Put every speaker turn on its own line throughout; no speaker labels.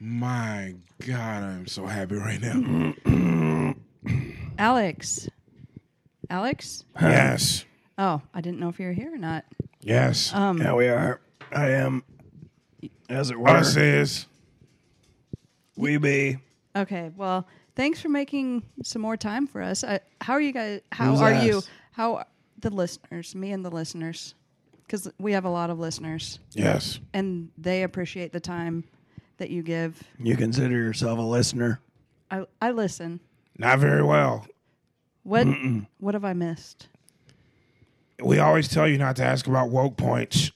My God, I'm so happy right now.
Alex. Alex?
yes.
Oh, I didn't know if you were here or not.
Yes.
Um,
Yeah, we are. I am, as it
All I
were,
say is,
we be.
Okay. Well, thanks for making some more time for us. I, how are you guys? How
Who's
are you?
us?
How are the listeners? Me and the listeners, because we have a lot of listeners,
yes.
and they appreciate the time that you give.
You consider yourself a listener.
I I listen.
Not very well.
What what have I missed?
We always tell you not to ask about woke points,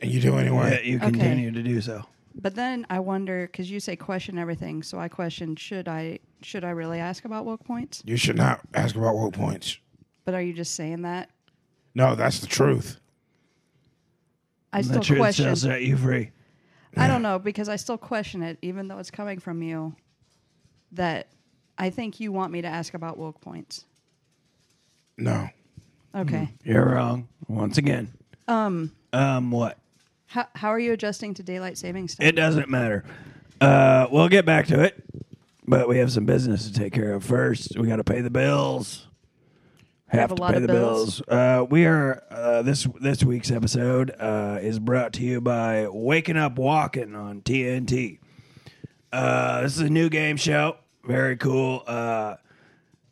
and you do
Yeah,
anyway.
you
Okay.
continue to do so.
But then I wonder because you say question everything, so I question should I should I really ask about woke points?
You should not ask about woke points.
But are you just saying that?
No, that's the truth.
I
The
still
truth
question.
shall set you free.
I don't know because I still question it, even though it's coming from you. That I think you want me to ask about woke points.
No.
Mm-hmm.
Okay.
You're wrong once again. Um, um, what?
How, how are you adjusting to daylight savings time?
It doesn't matter. Uh, we'll get back to it, but we have some business to take care of first. We got to pay the bills. Have,
have a
to
lot
pay
of
the
bills.
bills. Uh, we are uh, this this week's episode uh, is brought to you by Waking Up Walking on TNT. Uh, this is a new game show. Very cool. Uh,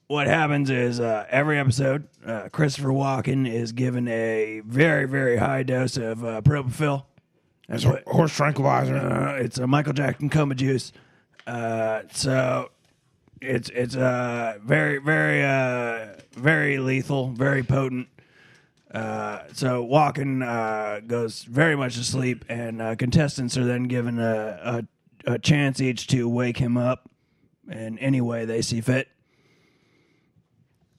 what happens is uh, every episode, uh, Christopher Walken is given a very very high dose of uh, propofol.
It's
That's
a horse tranquilizer.
uh, it's a Michael Jackson coma juice. Uh, so it's it's uh, very very uh, very lethal, very potent. Uh, so Walken uh, goes very much to sleep, and uh, contestants are then given a, a a chance each to wake him up in any way they see fit,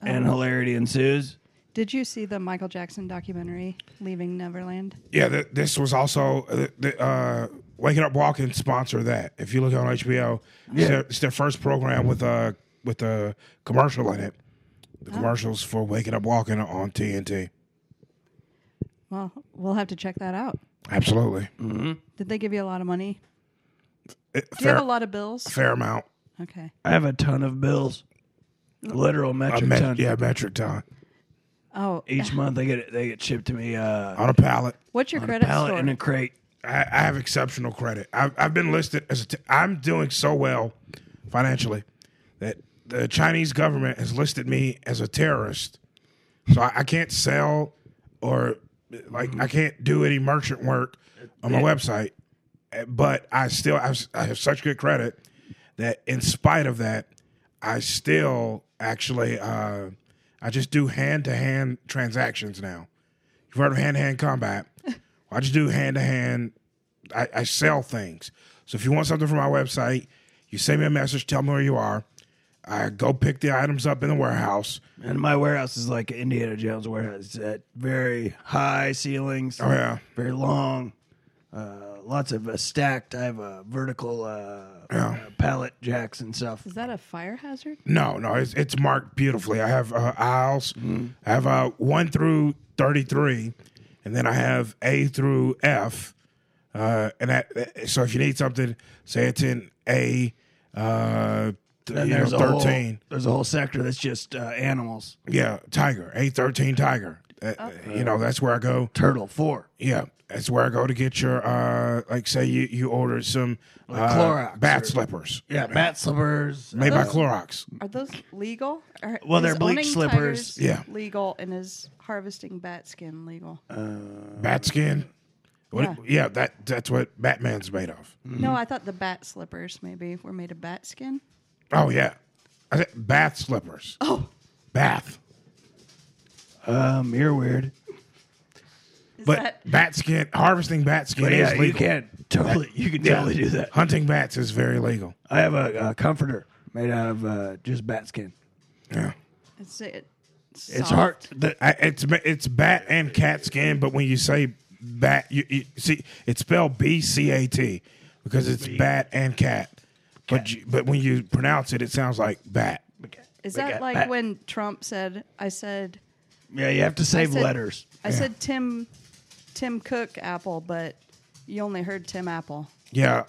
and hilarity ensues.
Did you see the Michael Jackson documentary, Leaving Neverland?
Yeah, th- this was also uh, the, uh, Waking Up Walking sponsor that. If you look on HBO, it's, their, it's their first program with a with a commercial in it.
Oh.
The commercials for Waking Up Walking are on TNT.
Well, we'll have to check that out.
Absolutely,
Did they give Mm. you a lot of money?
It-
Do you
fair,
have a lot of bills?
fair amount.
Okay.
I have a ton of bills, literal
A
metric
met-
ton.
yeah, metric ton
Oh,
Each month they get they get shipped to me. Uh,
on a pallet.
what's your
on
credit
a pallet
score?
and a crate.
I, I have exceptional credit. I've, I've been listed as a. T- I'm doing so well financially that the Chinese government has listed me as a terrorist. So I, I can't sell or like I can't do any merchant work on my website. Uh, But I still I have, I have such good credit that in spite of that, I still actually uh, I just do hand to hand transactions now. You've heard of hand to hand combat. I just do hand to hand. I I sell things. So if you want something from my website, you send me a message, tell me where you are. I go pick the items up in the warehouse.
And my warehouse is like Indiana Jones warehouse. It's at very high ceilings.
Oh, yeah.
very long. Uh, lots of uh, stacked. I have a vertical uh, uh, pallet jacks and stuff.
Is that a fire hazard?
No, no, it's, it's marked beautifully. I have uh, aisles.
Mm-hmm.
I have uh, one through thirty-three, and then I have A through F. Uh, and that, that- so if you need something, say it's in A, uh, th-
And
you know,
there's a whole-
thirteen.
there's a whole sector that's just uh, animals.
Yeah, Tiger, A thirteen Tiger. Uh, You know, that's where I go.
Turtle four.
Yeah, that's where I go to get your uh, like say you you ordered some uh,
Clorox
bat
or-
slippers.
Yeah, bat slippers.
made by Clorox.
Are those legal? Are,
Well, they're
is
bleach
owning
slippers.
tigers
Yeah.
Legal and is harvesting bat skin legal?
Bat skin. What, yeah.
Yeah.
that that's what Batman's made of.
Mm-hmm.
No, I thought the bat slippers maybe were made of bat skin.
Oh yeah, I said bath slippers.
Oh,
Bath,
Um, you're weird.
is
but
that
bat skin harvesting bat skin
But yeah,
is
you
legal.
can totally. You can
Yeah.
totally do that.
Hunting bats is very legal.
I have a, a comforter made out of uh, just bat skin.
Yeah,
is it?
It's
soft?
hard. The,
I, it's ma- it's bat and cat skin, but when you say bat, you, you see it's spelled B C A T because it's bat and cat. But you, but when you pronounce it, it sounds like bat.
Is
Big
that
at
like
bat.
when Trump said, "I said,
Yeah, you have to
I
save
said-
letters.
I said Tim, Tim Cook Apple, but you only heard Tim Apple.
Yeah,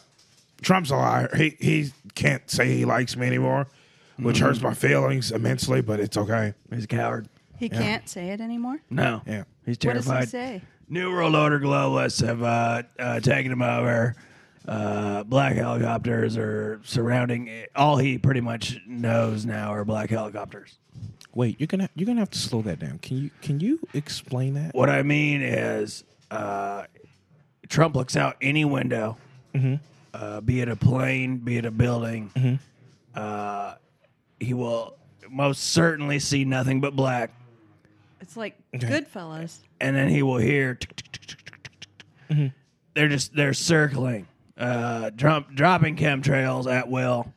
Trump's a liar. He he can't say he likes me anymore, which
Mm-hmm.
hurts my feelings immensely. But it's okay.
He's a coward.
He can't say it anymore.
No.
Yeah.
He's
What does he
terrified.
say?
New World Order globalists have uh, uh, taken him over. Uh, black helicopters are surrounding. All he pretty much knows now are black helicopters.
Wait, you're gonna you're gonna have to slow that down. Can you can you explain that?
What I mean is, uh, Trump looks out any window, uh, be it a plane, be it a building. Uh, he will most certainly see nothing but black,
It's like Goodfellas.
and then he will hear. tick, tick, tick, tick, tick, tick, tick, tick. They're just they're circling, uh, Trump dropping chemtrails at will.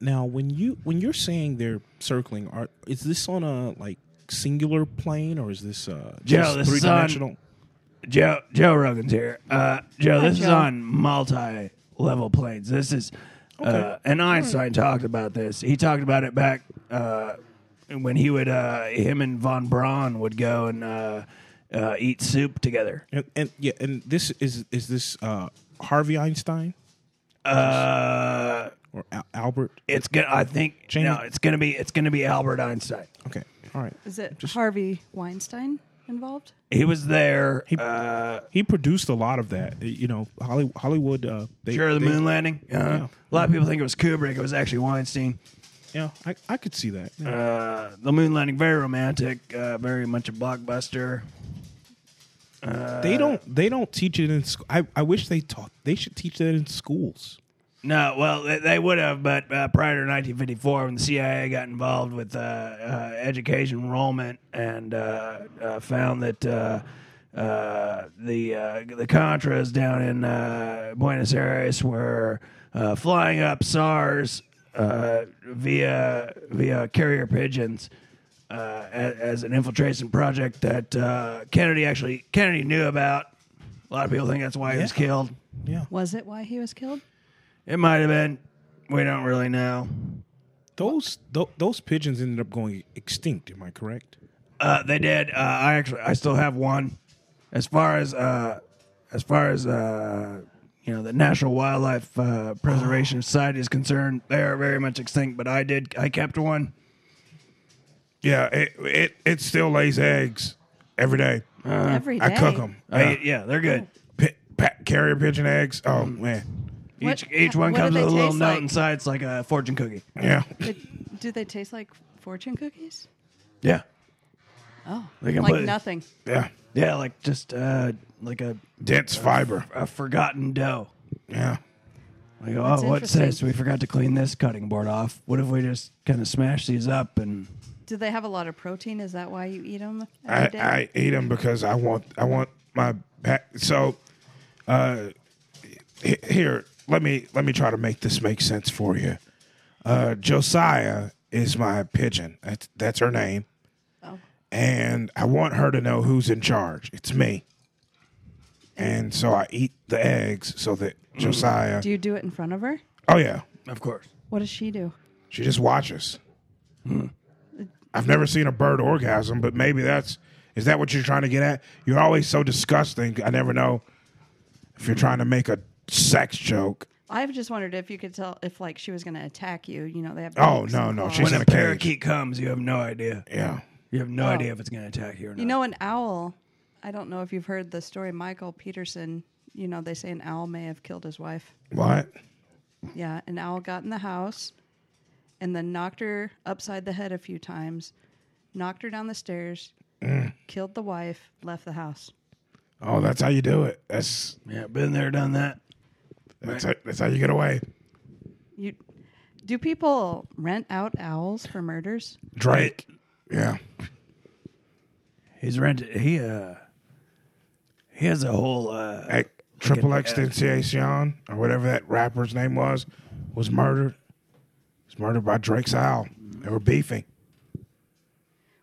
Now, when you when you're saying they're circling, are is this on a like singular plane or is this uh
Joe, the sun-
three-dimensional?
Joe Joe Rogan's here. Uh, Joe, this is
Joe.
on multi-level planes. This is, uh, and Einstein talked about this. He talked about it back uh, when he would, uh, him and von Braun would go and uh, uh, eat soup together.
And, and yeah, and this is is this uh Harvey Einstein
Uh,
or Al- Albert?
it's gonna. I think
Jamie-
no. It's gonna be. It's gonna be Albert Einstein.
Okay, all right.
Is it Harvey Weinstein involved?
He was there.
He-
uh,
He produced a lot of that. You know, Hollywood. Hollywood uh, they,
sure, the
they-
moon landing. Uh, A lot of people think it was Kubrick. It was actually Weinstein.
Yeah, I, I could see that. Yeah.
Uh, the moon landing, very romantic, uh, very much a blockbuster. Uh,
they don't they don't teach it in. Sc- I I wish they taught. They should teach that in schools.
No, well, they, they would have, but uh, prior to 1954, when the CIA got involved with uh, uh, education enrollment and uh, uh, found that uh, uh, the uh, the Contras down in uh, Buenos Aires were uh, flying up SARS uh, via via carrier pigeons. Uh, as, as an infiltration project that uh, Kennedy actually Kennedy knew about, a lot of people think that's why he was
Yeah.
killed.
Was it why he was killed?
It might have been. We don't really know.
Those th- those pigeons ended up going extinct. Am I correct?
Uh, they did. Uh, I actually, I still have one. As far as, uh, as far as uh, you know, the National Wildlife uh, Preservation Society is concerned, they are very much extinct. But I did, I kept one.
Yeah, it it, it still lays eggs every day.
Uh,
Every day. Uh.
I cook them.
Uh-huh.
I- yeah, they're good.
P- pa- carrier pigeon eggs. Oh
Mm.
man,
What-
each each one
what do
comes
they
with a little
taste
note
like?
inside. It's like a fortune cookie.
yeah.
Did- do they taste like fortune cookies?
Yeah,
Oh,
They can
like
put-
nothing.
Yeah,
yeah, like just uh, like a,
dense fiber.
a forgotten dough.
Yeah,
Like, oh,
That's
what's this?
interesting.
We forgot to clean this cutting board off. What if we just kind of smash these up and
Do they have a lot of protein? Is that why you eat them
I,
every day?
I eat them because I want I want my back. So, uh, he- here let me let me try to make this make sense for you. Uh, Josiah is my pigeon. That's that's her name,
Oh.
and I want her to know who's in charge. It's me. And so I eat the eggs so that Josiah.
Do you do it in front of her?
Oh yeah,
Of course.
What does she do?
She just watches. I've never seen a bird orgasm, but maybe that's is that what you're trying to get at? You're always so disgusting. I never know if you're trying to make a sex joke.
I've just wondered if you could tell if like she was going to attack you. You know they have.
Oh,
beaks
no,
and
no,
claws.
she's
when
in
a
a cage.
parakeet comes, you have no idea.
Yeah.
You have no
Oh.
idea if it's going to attack you or not.
You know, an owl. I don't know if you've heard the story. Michael Peterson. You know, they say an owl may have killed his wife.
What?
Yeah, an owl got in the house, and then knocked her upside the head a few times, knocked her down the stairs,
Mm.
killed the wife, left the house.
Oh, that's how you do it. That's
yeah, been there, done that.
that's how, that's how you get away.
You do people rent out owls for murders?
Drake. Yeah.
He's rented. He uh, he has a whole uh,
Like Triple Extension or whatever that rapper's name was was murdered. Was murdered by Drake's owl. They were beefing.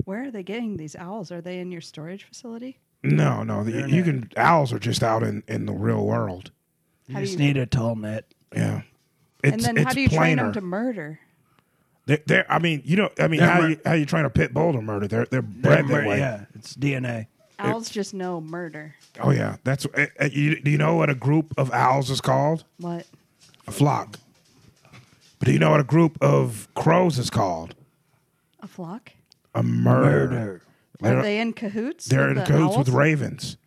Where are they getting these owls? Are they in your storage facility?
No, no. The, you can owls are just out in in the real world.
you
How do
just
you-
need a tall net.
Yeah. It's,
and then
it's
how do you train them
plainer.
to murder?
They're, they're- I mean, you know, I mean,
They're
how
mur-
you, how you train a pit bull to murder? They're they're bred that way.
Yeah, it's DNA.
Owls just know murder.
eh, Oh yeah, that's. Uh, uh, you, do you know what a group of owls is called?
What?
a flock. But do you know what a group of crows is called?
A flock?
A murder.
Are they in cahoots?
They're
with
in
the
cahoots with
owls?
ravens,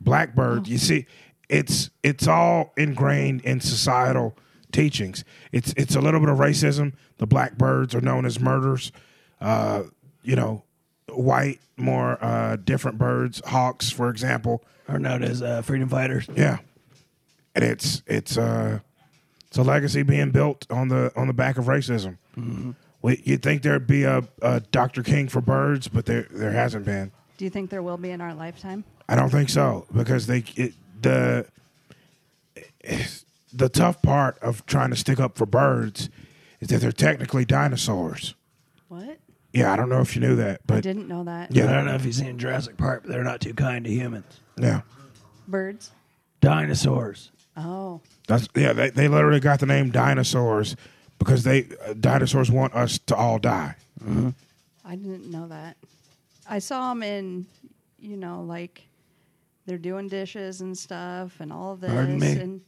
blackbird. You see, it's it's all ingrained in societal teachings. It's it's a little bit of racism. The blackbirds are known as murders. Uh, you know, white more uh, different birds, hawks, for example.
Are known as uh, freedom fighters.
Yeah, and it's it's uh it's a legacy being built on the on the back of racism. We, you'd think there'd be a, a Dr. King for birds, but there there hasn't been.
Do you think there will be in our lifetime?
I don't think so because they it, the the tough part of trying to stick up for birds is that they're technically dinosaurs.
What?
Yeah, I don't know if you knew that,
I
but
didn't know that.
yeah,
I don't know if you've seen Jurassic Park, but they're not too kind to humans.
yeah,
Birds?
Dinosaurs.
Oh.
that's yeah. They, they literally got the name dinosaurs because they uh, dinosaurs want us to all die.
I didn't know that. I saw them in, you know, like they're doing dishes and stuff and all this.
Pardon me?
And,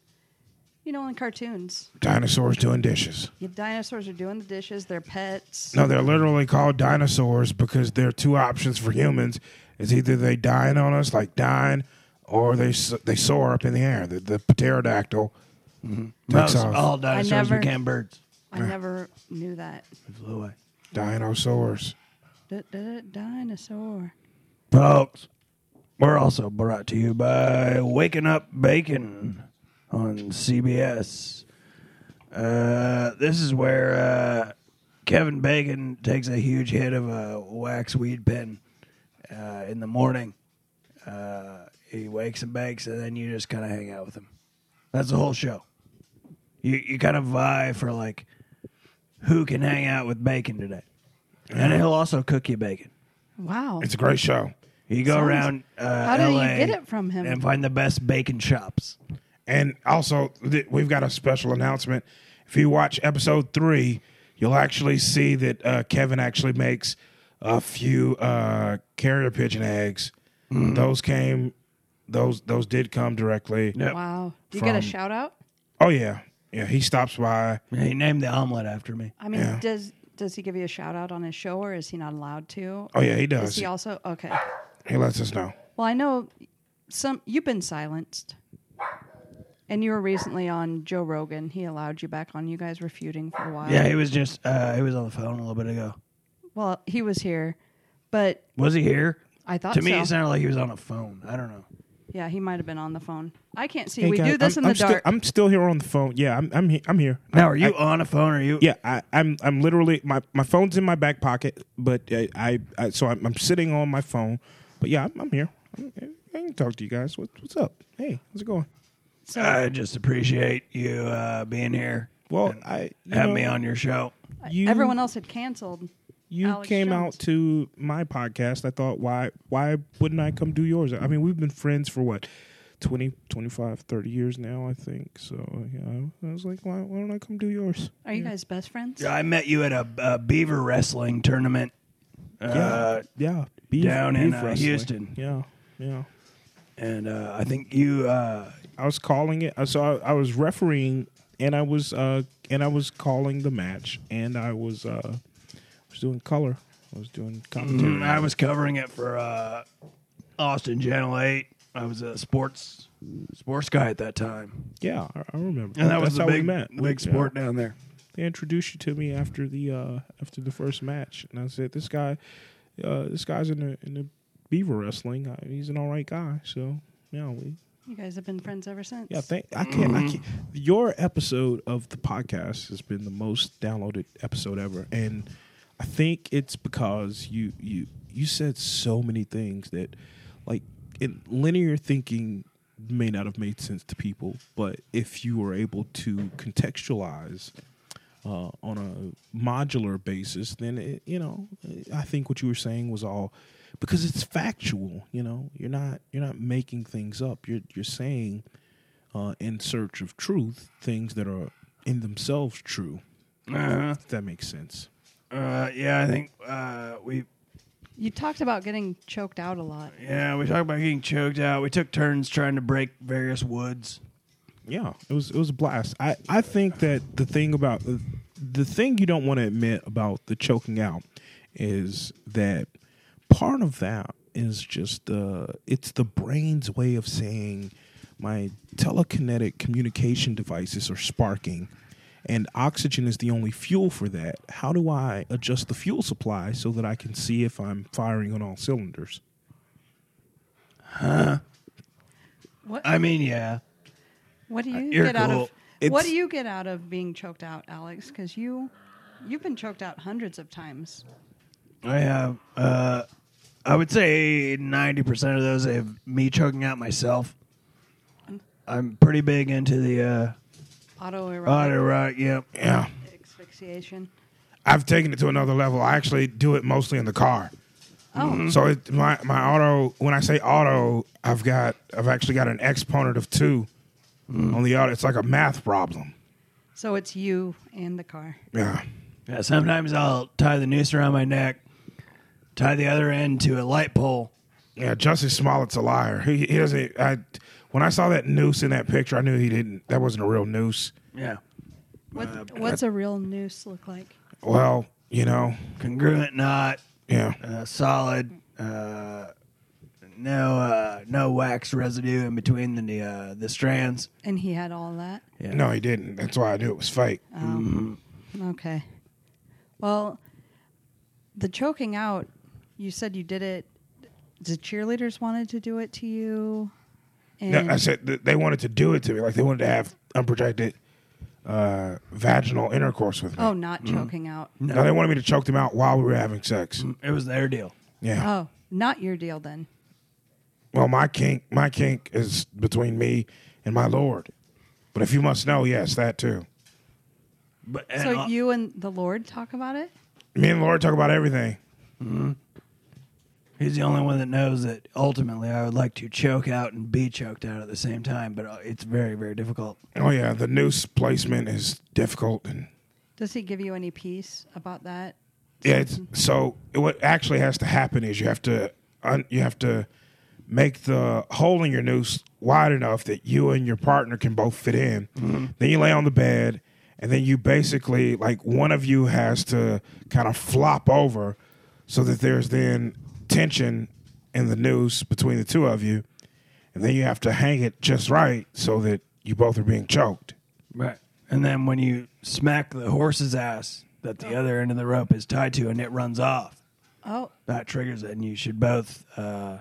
you know, in cartoons,
Dinosaurs doing dishes.
your dinosaurs are doing the dishes, they're pets.
No, they're literally called dinosaurs because there are two options for humans: is either they dine on us, like dine, or they s- they soar up in the air. The, the pterodactyl takes
Most,
off.
all dinosaurs
never-
became birds.
I never knew that.
They flew away.
Dinosaurs.
D-d-d- Dinosaur.
Folks, we're also brought to you by Waking Up Bacon on CBS. Uh, this is where uh, Kevin Bacon takes a huge hit of a wax weed pen uh, in the morning. Uh, he wakes and bakes, and then you just kind of hang out with him. That's the whole show. You you kind of vie for like who can hang out with bacon today, and he'll also cook you bacon.
Wow.
It's a great show.
You go
Sounds-
around uh,
How did
LA
you get it from him?
and find the best bacon shops.
And also, th- we've got a special announcement. If you watch episode three, you'll actually see that uh, Kevin actually makes a few uh, carrier pigeon eggs. Those came, those those did come directly.
wow. You get a
From-
shout out?
Oh yeah, yeah. He stops by.
He named the omelet after me.
I mean,
Yeah.
does does he give you a shout out on his show or is he not allowed to?
Oh yeah, he
Is
does.
he also? Okay.
He lets us know.
Well, I know some you've been silenced. And you were recently on Joe Rogan. He allowed you back on. You guys were feuding for a while.
Yeah, he was just uh, he was on the phone a little bit ago.
Well, he was here, but
Was he here?
I thought
To me,
so.
it sounded like he was on a phone. I don't know.
yeah, he might have been on the phone. I can't see.
Hey,
we
guys,
do this in
I'm,
the
I'm
dark.
Still, I'm still here on the phone. Yeah, I'm I'm here. I'm here.
Now, are you on a phone? Or are you?
Yeah, I, I'm I'm literally my, my phone's in my back pocket, but uh, I, I so I'm, I'm sitting on my phone. But yeah, I'm, I'm here. I'm, I can talk to you guys. What, what's up? Hey, how's it going?
so
I just appreciate you uh, being here.
Well, I you
Have
know,
me on your show.
You,
everyone else had canceled.
You
Alex
came
Jones.
out to my podcast. I thought, why why wouldn't I come do yours? I mean, we've been friends for what 20, 25, 30 years now, I think. So yeah, I was like, why, why don't I come do yours?
Are you guys best friends?
Yeah, I met you at a, a beaver wrestling tournament. Uh,
yeah, beef,
down in,
beef
uh,
wrestling.
Houston.
Yeah, yeah.
and uh, I think you uh,
I was calling it. uh, So I, I was refereeing, and I was uh, and I was calling the match, and I was uh, was doing color. I was doing commentary.
Mm, I was covering it for uh, Austin Channel Eight. I was a sports sports guy at that time,
Yeah, I, I remember.
and that was
That's
the
how we
big
met.
big
Yeah.
sport down there.
They introduced you to me after the uh, after the first match, and I said, "This guy, uh, this guy's in the in the Beaver Wrestling. I, he's an all right guy." So yeah, we
You guys have been friends ever since.
yeah. Thank I can't, I can't. Your episode of the podcast has been the most downloaded episode ever, and I think it's because you you you said so many things that like in linear thinking may not have made sense to people, but if you were able to contextualize uh, on a modular basis, then it, you know, I think what you were saying was all because it's factual. You know, you're not you're not making things up. You're you're saying uh, in search of truth things that are in themselves true.
Uh-huh.
If that makes sense.
Uh, yeah, I think uh, we
You talked about getting choked out a lot.
yeah we talked about getting choked out. We took turns trying to break various woods.
yeah, it was it was a blast. I I think that the thing about the thing you don't want to admit about the choking out is that part of that is just uh it's the brain's way of saying my telekinetic communication devices are sparking and oxygen is the only fuel for that. How do I adjust the fuel supply so that I can see if I'm firing on all cylinders?
What
I mean, yeah.
what do you
you're
get out
cool.
of what
It's-
do you get out of being choked out, Alex? Because you you've been choked out hundreds of times.
I have. Uh, I would say ninety percent of those have me choking out myself. I'm pretty big into the uh, auto
Autoerotic
right. Yep.
Yeah.
asphyxiation.
I've taken it to another level. I actually do it mostly in the car. Mm-hmm.
Oh,
So it, my my auto when I say auto, I've got I've actually got an exponent of two on the auto. It's like a math problem.
so it's you and the car.
Yeah.
Yeah, sometimes I'll tie the noose around my neck, tie the other end to a light pole.
Yeah, Justice Smollett's a liar. He, he doesn't. I when I saw that noose in that picture, I knew he didn't. That wasn't a real noose.
Yeah,
What,
Uh,
what's a real noose look like?
Well, you know,
congruent knot,
yeah,
uh, solid. Uh, no, uh, no wax residue in between the uh, the strands.
And he had all that.
Yeah.
no, he didn't. That's why I knew it was fake.
Okay. Well, the choking out, you said you did it. The cheerleaders wanted to do it to you. And
No, I said th- they wanted to do it to me, like they wanted to have unprotected uh, vaginal intercourse with me.
oh, not
Mm-hmm.
choking out.
No, they wanted me to choke them out while we were having sex.
It was their deal.
Yeah.
Oh, not your deal then.
Well, my kink, my kink is between me and my lord. But if you must know, yes, that too.
But
so
and-
you and the Lord talk about it?
Me and Lord talk about everything.
He's the only one that knows that ultimately I would like to choke out and be choked out at the same time, but uh, it's very, very difficult.
Oh yeah, the noose placement is difficult, and
Does he give you any peace about that?
yeah, it's, so what actually has to happen is you have to un, you have to make the hole in your noose wide enough that you and your partner can both fit in. Then you lay on the bed, and then you basically like one of you has to kind of flop over so that there's then tension in the noose between the two of you, and then you have to hang it just right so that you both are being choked.
Right. And then when you smack the horse's ass that the other end of the rope is tied to and it runs off,
Oh,
that triggers it, and you should both uh,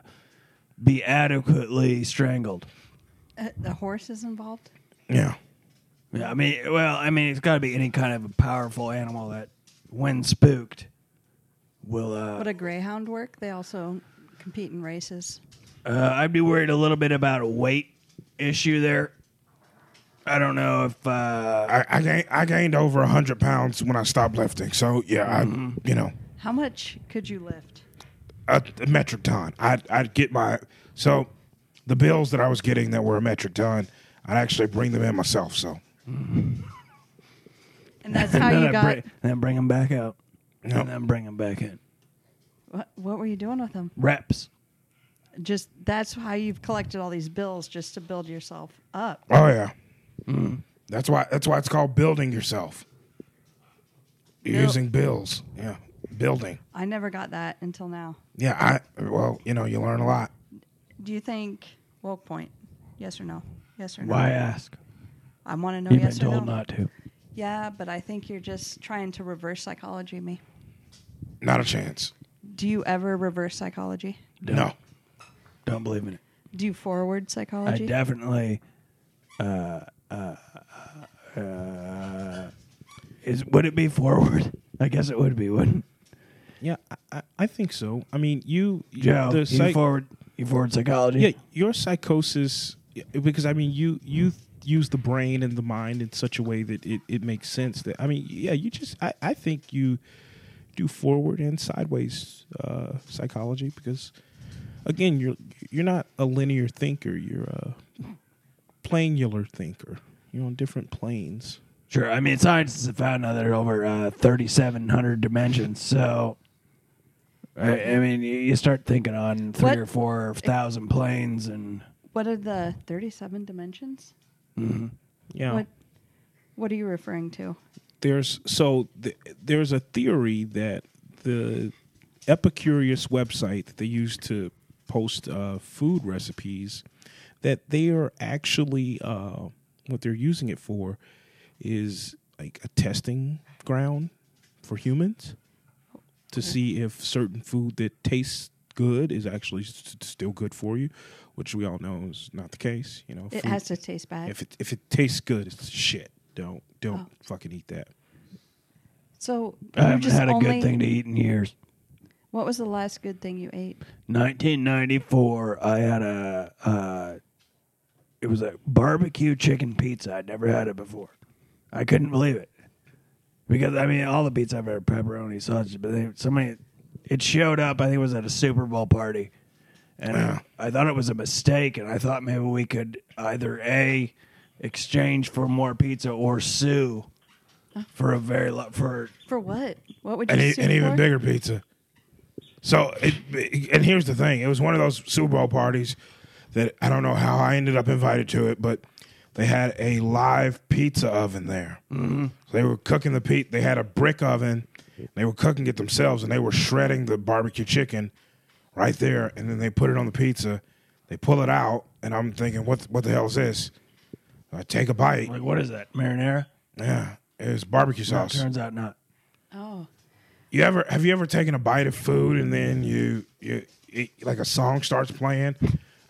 be adequately strangled.
uh, the horse is involved?
Yeah.
Yeah, I mean, well, I mean, it's got to be any kind of a powerful animal that, when spooked, will. Uh,
Would a greyhound work? They also compete in races.
Uh, I'd be worried a little bit about a weight issue there. I don't know if uh,
I, I gained I gained over hundred pounds when I stopped lifting. So yeah, I you know
How much could you lift?
a, a metric ton. I'd I'd get my so the bills that I was getting that were a metric ton. I'd actually bring them in myself. So
And that's how you
I
got.
bring, then bring them back out,
Yep.
and then bring them back in.
What, what were you doing with them?
Reps.
Just that's how you've collected all these bills just to build yourself up.
oh yeah, that's why that's why it's called building yourself. You're
Bill-
using bills. Yeah, building.
I never got that until now.
Yeah, I well you know you learn a lot.
Do you think woke point? Yes or no? Yes or no?
Why ask?
I want to know
You've
yes
been
or
told
no.
not to.
Yeah, but I think you're just trying to reverse psychology me.
Not a chance.
Do you ever reverse psychology?
No.
Don't believe in it.
Do you forward
I
psychology?
definitely. Uh, uh, uh, is would it be forward? I guess it would be, wouldn't?
Yeah, I- I, I think so. I mean, you, you-
Joe,
the
you
psych-
forward. You forward psychology.
yeah, your psychosis yeah, because I mean, you you th- use the brain and the mind in such a way that it, it makes sense. That I mean, yeah, you just I, I think you do forward and sideways uh, psychology because again, you're you're not a linear thinker. You're a planular thinker. You're on different planes.
Sure. I mean, scientists have found out there are over uh, 3,700 dimensions. So, I, I mean, you- you start thinking on three
What-
or four thousand planes, and
What are the 37 dimensions?
Yeah.
mm-hmm.
What What are you referring to?
there's so th- there's a theory that the Epicurious website that they use to post uh, food recipes that they are actually uh, what they're using it for is like a testing ground for humans to see if certain food that tastes good is actually s- still good for you, which we all know is not the case. You know,
It
food-
has to taste bad.
if it if it tastes good, it's shit. Don't don't
Oh.
fucking eat that.
so
I
you
haven't
just
had a
only,
good thing to eat in years.
What was the last good thing you ate?
1994, I had a. Uh, it was a barbecue chicken pizza. I'd never had it before. I couldn't believe it because I mean, all the pizza I've had pepperoni, sausage, but they, somebody it showed up. I think it was at a Super Bowl party, and I, I thought it was a mistake. And I thought maybe we could either a exchange for more pizza or sue for a very lo- for
For what? What would you
and, e-
sue
and even
for?
bigger pizza. So, it, it- and here's the thing: it was one of those Super Bowl parties that I don't know how I ended up invited to it, but they had a live pizza oven there. Mm-hmm. So they were cooking the pizza. They had a brick oven. They were cooking it themselves, and they were shredding the barbecue chicken right there, and then they put it on the pizza. They pull it out, and I'm thinking, what what the hell is this? I take a bite.
like what is that marinara?
Yeah, it's barbecue
No,
sauce.
turns out not.
Oh,
You ever have you ever taken a bite of food and then you you it, like a song starts playing?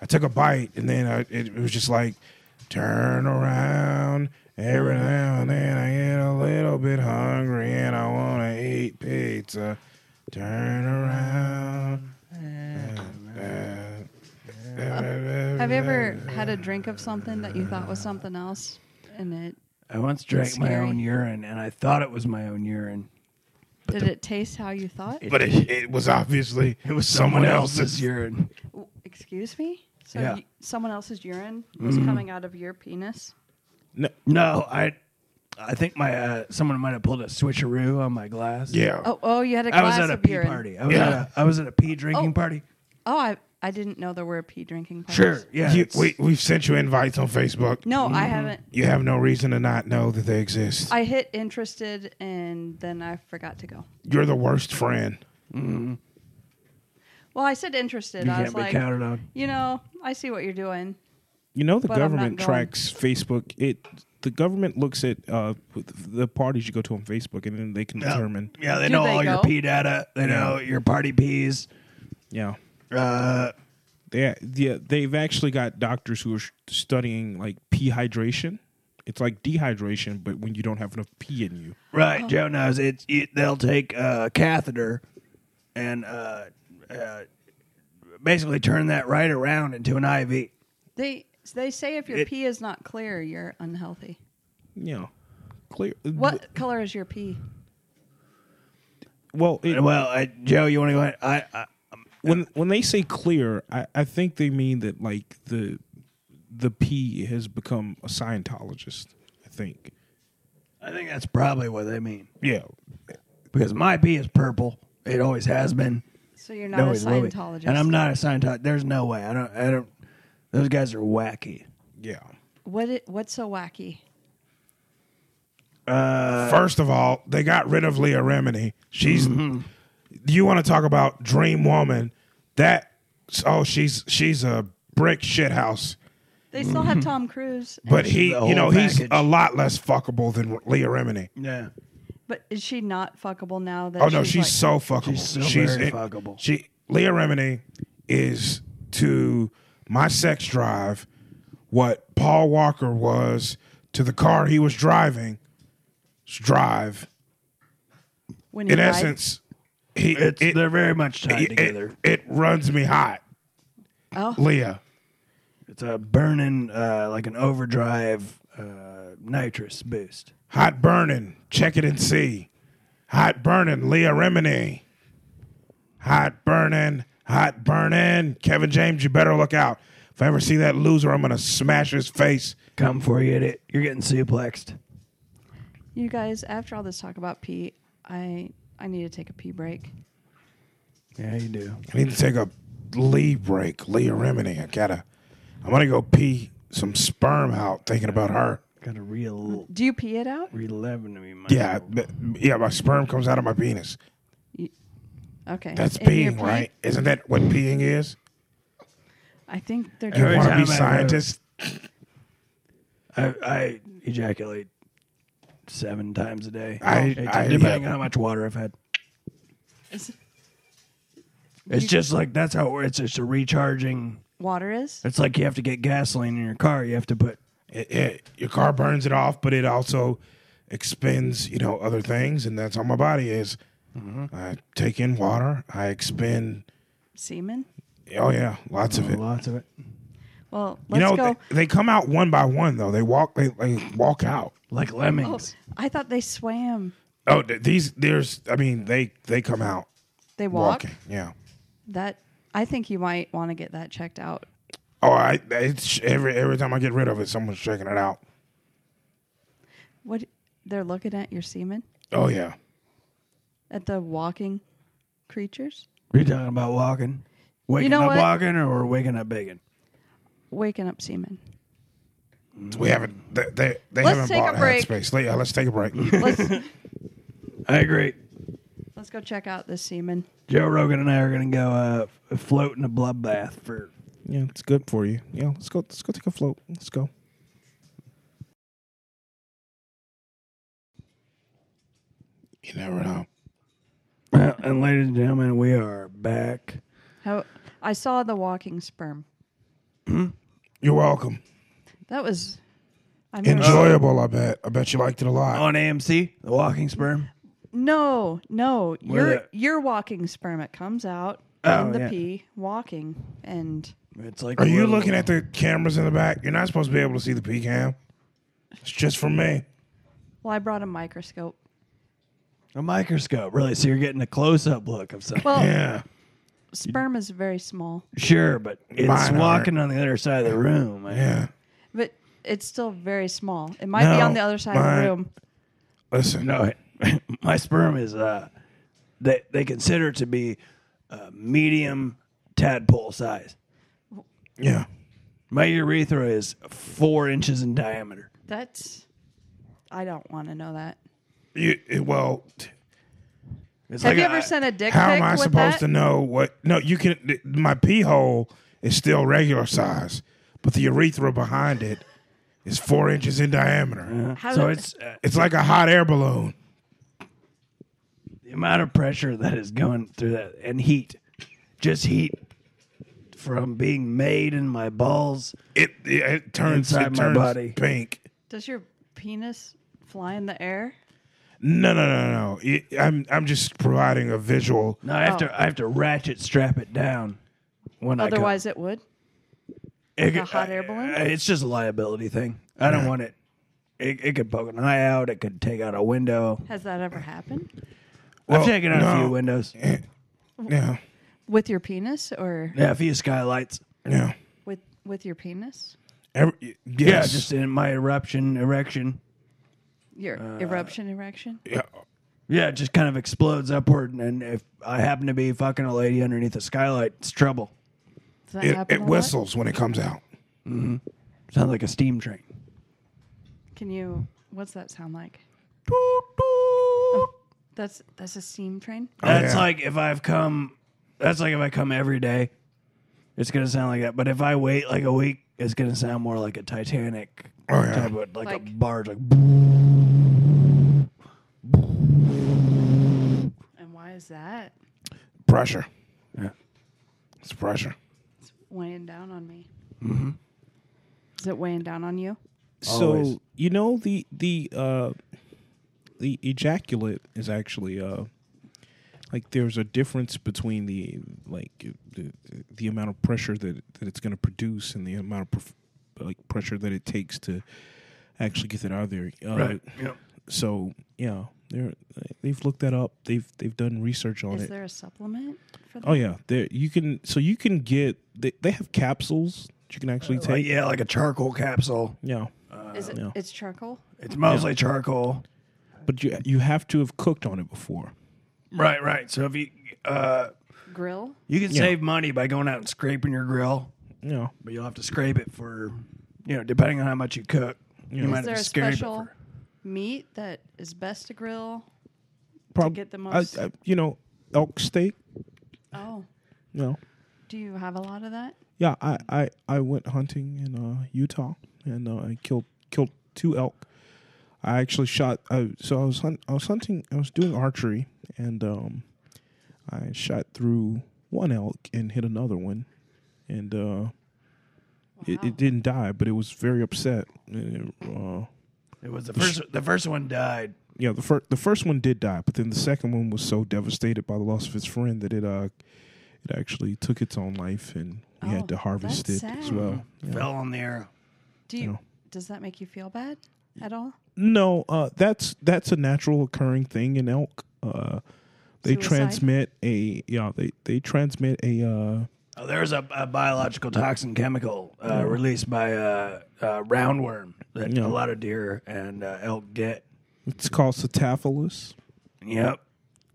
I took a bite and then I, it, it was just like turn around every now and then I get a little bit hungry and I want to eat pizza. Turn around.
have you ever had a drink of something that you thought was something else, and it
I once drank
It's
my
scary.
own urine, and I thought it was my own urine.
did it taste how you thought?
But it, it was obviously it was someone else's.
urine.
W- Excuse me. So
Yeah. Mm-hmm.
you- someone else's urine was coming out of your penis.
No, I, I think my uh, someone might have pulled a switcheroo on my glass.
Yeah.
Oh, oh, you had a
I
glass
was at a
of
pee
urine.
party. I was,
Yeah.
at a, I was at a pee drinking
Oh.
party.
Oh, I I didn't know there were pee drinking parties.
Sure, yeah.
You-
it's-
we we've sent you invites on Facebook.
No,
Mm-hmm.
I haven't.
You have no reason to not know that they exist.
I hit interested and then I forgot to go.
You're the worst friend.
Well, I said interested.
you
I
can't
was
be
like,
counted on.
you know, I see what you're doing.
You know the
But I'm not
government
going.
tracks Facebook. It the government looks at uh, the parties you go to on Facebook, and then they can determine.
Yeah, they
Do
know
they
all your
go?
pee data. They know your party pees.
Yeah,
Uh,
they yeah, they've actually got doctors who are sh- studying like pee hydration. It's like dehydration, but when you don't have enough pee in you.
Oh.
right, Joe knows it's. It, they'll take a catheter, and uh, uh, basically turn that right around into an IV.
They they say if your
It-
pee is not clear, you're unhealthy.
Yeah, clear.
What color is your pee?
Well, it,
Well, I, Joe, you want to go ahead? I, I
when when they say clear, I, I think they mean that like the the pee has become a Scientologist. I think.
I think that's probably what they mean.
Yeah,
Because my pee is purple. It always has been.
So you're
It
not a
always will be.
Scientologist.
And I'm not a Scientologist. There's no way. I don't. I don't. Those guys are wacky.
yeah.
What it, what's so wacky?
Uh,
First of all, they got rid of Leah Remini. She's
Mm-hmm.
you want to talk about dream woman? That oh, she's she's a brick shit house.
They still
Mm-hmm.
have Tom Cruise, and-
But he,
The
you know,
whole
he's
package.
a lot less fuckable than Leah Remini.
Yeah.
but is she not fuckable now? That
Oh no,
she's,
she's so fuckable.
She's so very fuckable.
She Leah Remini is to my sex drive what Paul Walker was to the car he was driving. Drive
like, when he
in
died?
essence. He,
It's,
it-
they're very much tied
it,
together.
it, it runs me hot.
Oh.
Leah.
it's a burning, uh, like an overdrive uh, nitrous boost.
Hot burning. Check it and see. Hot burning. Leah Remini. Hot burning. Hot burning. Kevin James, you better look out. If I ever see that loser, I'm going to smash his face.
Come for you, idiot. You're getting suplexed.
You guys, after all this talk about pee, I I need to take a pee break.
Yeah, you do.
I need to take a Lee break. Leah Remini. I got to. I'm going to go pee some sperm out thinking about her.
Got a real
Do you pee it out?
real eleven to me, Michael.
Yeah, but- yeah, my sperm comes out of my penis.
Okay.
That's
In your
peeing,
pee?
right? Isn't that what peeing is?
I think they're
You
Every
doing
want to
time
be
I've ever-
scientists?
I, I ejaculate seven times a day.
I-
Eight
I-
depending
yeah.
on how much water I've had.
You-
It's just like that's how it works. it's just a recharging.
water is.
It's like you have to get gasoline in your car. You have to put
It- it- your car burns it off, but it also expends, you know, other things, and that's how my body is.
Mm-hmm.
I take in water. I expend.
Semen.
Oh yeah, lots of it.
lots of it.
Well,
You
let's
know,
go.
they, they come out one by one though. They walk. They, they walk out.
Like
oh,
lemmings.
I thought they swam.
Oh, th- these there's. I mean, they they come out
They walk.
walking. Yeah.
That I think you might want to get that checked out.
Oh, I it's every every time I get rid of it, someone's checking it out.
What they're looking at your semen
Oh yeah.
at the walking creatures
Are you talking about walking? Waking
know
up
what?
walking or we're waking up begging?
waking up semen.
We haven't. They they, they
Mm-hmm. Let's
haven't
take a
bought
break.
Headspace. Let- Yeah, let's take a break.
Let's
I agree.
let's go check out this semen.
Joe Rogan and I are going to go uh, f- float in a bloodbath for.
Yeah, it's good for you. Yeah, let's go. Let's go take a float. Let's go.
you never know.
Well, and ladies and gentlemen, we are back.
How I saw the walking sperm.
You're welcome.
That was. I remember-
Enjoyable. I bet. I bet you liked it a lot.
On AMC, The Walking Sperm.
No, no,
Where
your
the-
your walking sperm it comes out
Oh,
in the
yeah.
pee walking, and
It's like.
Are you looking at the cameras in the back? You're not supposed to be able to see the P cam. It's just for me.
well, I brought a microscope.
a microscope? Really? So you're getting a close-up look of something?
Well,
Yeah.
sperm is very small,
sure, but it's
Mine are.
walking on the other side of the room. I-
Yeah.
but it's still very small. It might be
No,
on the other side of
mine-
the room.
Listen.
No, my sperm is uh, they they consider it to be uh, medium tadpole size.
Yeah.
My urethra is four inches in diameter.
That's I don't want to know that.
You, it- well,
It's
Have
like
you
a-
ever sent a dick
how
pic
am I
with
supposed
that?
to know what? No, you can. th- My pee hole is still regular size, but the urethra behind it is four inches in diameter.
How
So
did-
it's uh,
It's like a hot air balloon.
the amount of pressure that is going through that and heat, just heat from being made in my balls.
It it, it turns
Inside
it
my
turns
body.
pink.
does your penis fly in the air?
No, no, no, no. It, I'm I'm just providing a visual.
No, I have
Oh.
to I have to ratchet strap it down when
Otherwise,
I
it would.
Otherwise,
a hot air balloon?
It's just a liability thing. I don't want it. It, it could poke an eye out. It could take out a window.
Has that ever happened
Well,
I've taken out a
no.
few windows.
Yeah,
with your penis or
Yeah, a few skylights.
yeah.
with with your penis?
Every, yes.
Yeah, just in my eruption, erection.
Your
Uh,
eruption, erection.
Yeah.
Yeah, it just kind of explodes upward. And if I happen to be fucking a lady underneath a skylight, it's trouble.
Does that
It,
happen?
it
a lot?
whistles when it comes out.
Sounds like a steam train.
Can you? What's that sound like? That's that's a steam train.
That's
yeah.
like if I've come. That's like if I come every day, it's gonna sound like that. But if I wait like a week, it's gonna sound more like a Titanic
Oh, yeah.
type of like, a
Like-
barge. Like
And why is that?
Pressure.
Yeah.
It's pressure.
It's weighing down on me. Is it weighing down on you?
Always.
So you know the the uh, the ejaculate is actually uh, like there's a difference between the like the, the amount of pressure that that it's going to produce and the amount of perf- like pressure that it takes to actually get that out of there. Uh,
right. Yep.
So yeah, they're they've looked that up. They've they've done research on
Is
it.
there a supplement for that?
Oh yeah, there you can. So you can get they, they have capsules that you can actually
Like,
take.
yeah, like a charcoal capsule.
Yeah,
Is it?
no.
It's charcoal.
It's mostly charcoal.
but you you have to have cooked on it before.
Right, right. So if you uh,
Grill.
you can
Yeah.
save money by going out and scraping your grill,
Yeah,
but you'll have to scrape it for you know, depending on how much you cook, you might
Is there
have
a
a scary
special
buffer.
meat that is best to grill?
Prob-
get the
Um, I-
most-
I- you know, elk steak.
Oh,
You know,
do you have a lot of that?
yeah. I I, I went hunting in uh, Utah and uh, I killed killed two elk. I actually shot. I, so I was hunt, I was hunting. I was doing archery and um, I shot through one elk and hit another one, and uh, it,
Wow.
it didn't die, but it was very upset. And it, uh,
It was the first. The first one died.
yeah, the first the first one did die, but then the second one was so devastated by the loss of its friend that it uh it actually took its own life, and we
Oh,
had to harvest
that's
it as
sad.
well. Yeah.
Fell on the arrow.
Do you?
No.
Does that make you feel bad at all?
No, uh, that's that's a natural occurring thing in elk. Uh, they
Suicide?
transmit a yeah they they transmit a uh,
Oh, there's a, a biological toxin chemical uh, released by uh, uh, roundworm that
Yeah.
a lot of deer and uh, elk get.
it's called cetaphilus.
Yep.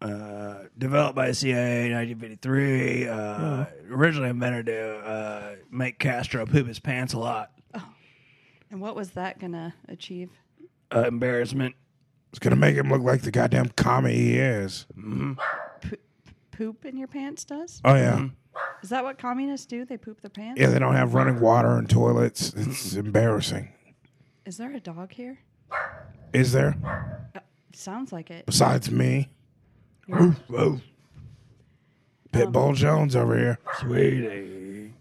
Uh, developed by the CIA in 1953. Uh, Originally invented to uh, make Castro poop his pants a lot.
And what was that gonna achieve?
Uh, embarrassment.
It's gonna make him look like the goddamn commie he is.
Poop in your pants does?
Oh yeah,
Is that what communists do? They poop their pants?
yeah. They don't have running water and toilets. It's embarrassing.
Is there a dog here?
Is there?
Sounds like it.
Besides me,
You're-
Whoa,
Pitbull Jones over here.
sweetie.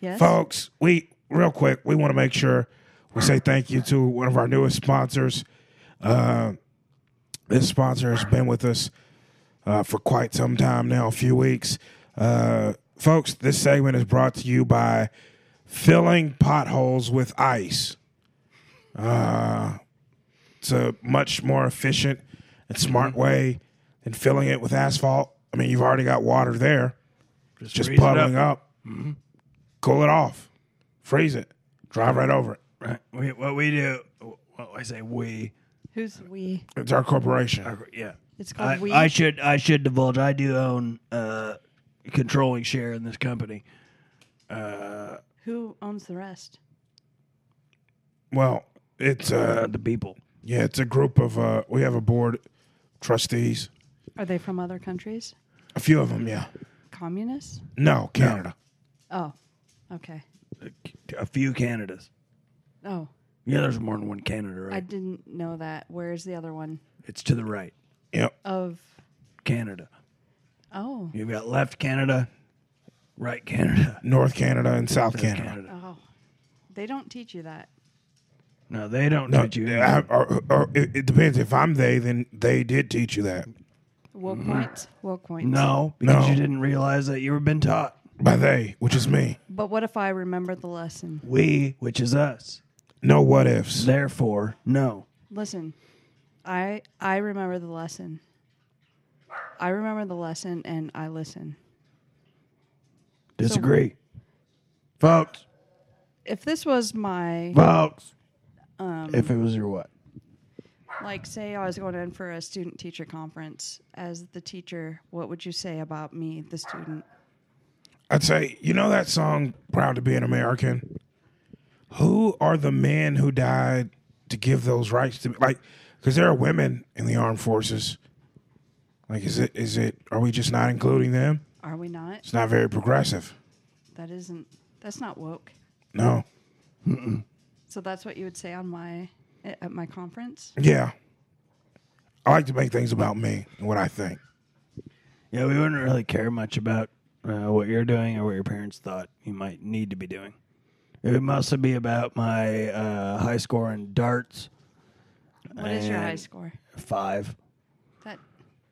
yes.
Folks, we real quick, we want to make sure we say thank you to one of our newest sponsors. Uh, this sponsor has been with us uh, for quite some time now, a few weeks. Uh, folks, this segment is brought to you by filling potholes with ice. Uh, it's a much more efficient and smart way than filling it with asphalt. I mean, you've already got water there just
raise it
puddling up. Mm-hmm. Cool it off, freeze it, drive right over it.
Right. We, what we do, well, I say we.
Who's we?
It's our corporation.
Yeah.
It's called
I,
we.
I should I should divulge. I do own uh, controlling share in this company.
Who owns the rest?
Well, it's uh,
Uh, the people.
yeah, it's a group of uh, we have a board of trustees,
Are they from other countries?
a few of them. Yeah,
Communists?
no, Canada.
Oh, okay.
A few Canadas.
Oh,
Yeah, there's more than one Canada, right?
I didn't know that. Where's the other one?
it's to the right,
Yep.
Of
Canada.
oh
You've got left Canada, right Canada,
North Canada and South
Canada.
Canada.
oh, they don't teach you that.
No, Uh, they don't
No,
teach you.
I- or, or it, it depends. If I'm they, then they did teach you that.
Woke points. Woke points.
Mm-hmm. no, because
No.
you didn't realize that you were been taught.
By they, which is me.
But what if I remember the lesson?
We, which is us,
No what ifs.
therefore no.
Listen, I I remember the lesson. I remember the lesson and I listen.
Disagree, folks.
If this was my
Folks, if it was your what?
like say I was going in for a student teacher conference as the teacher, what would you say about me, the student?
I'd say, you know that song, Proud to Be an American? Who are the men who died to give those rights to, like, because there are women in the armed forces. Like, is it, is it, are we just not including them?
Are we not?
It's not very progressive.
That isn't that's not woke.
No.
So that's what you would say on my at my conference?
Yeah. I like to make things about me and what I think.
Yeah, we wouldn't really care much about uh, what you're doing or what your parents thought you might need to be doing. It would mostly be about my uh, high score in darts,
What is your high
And-
score?
five.
That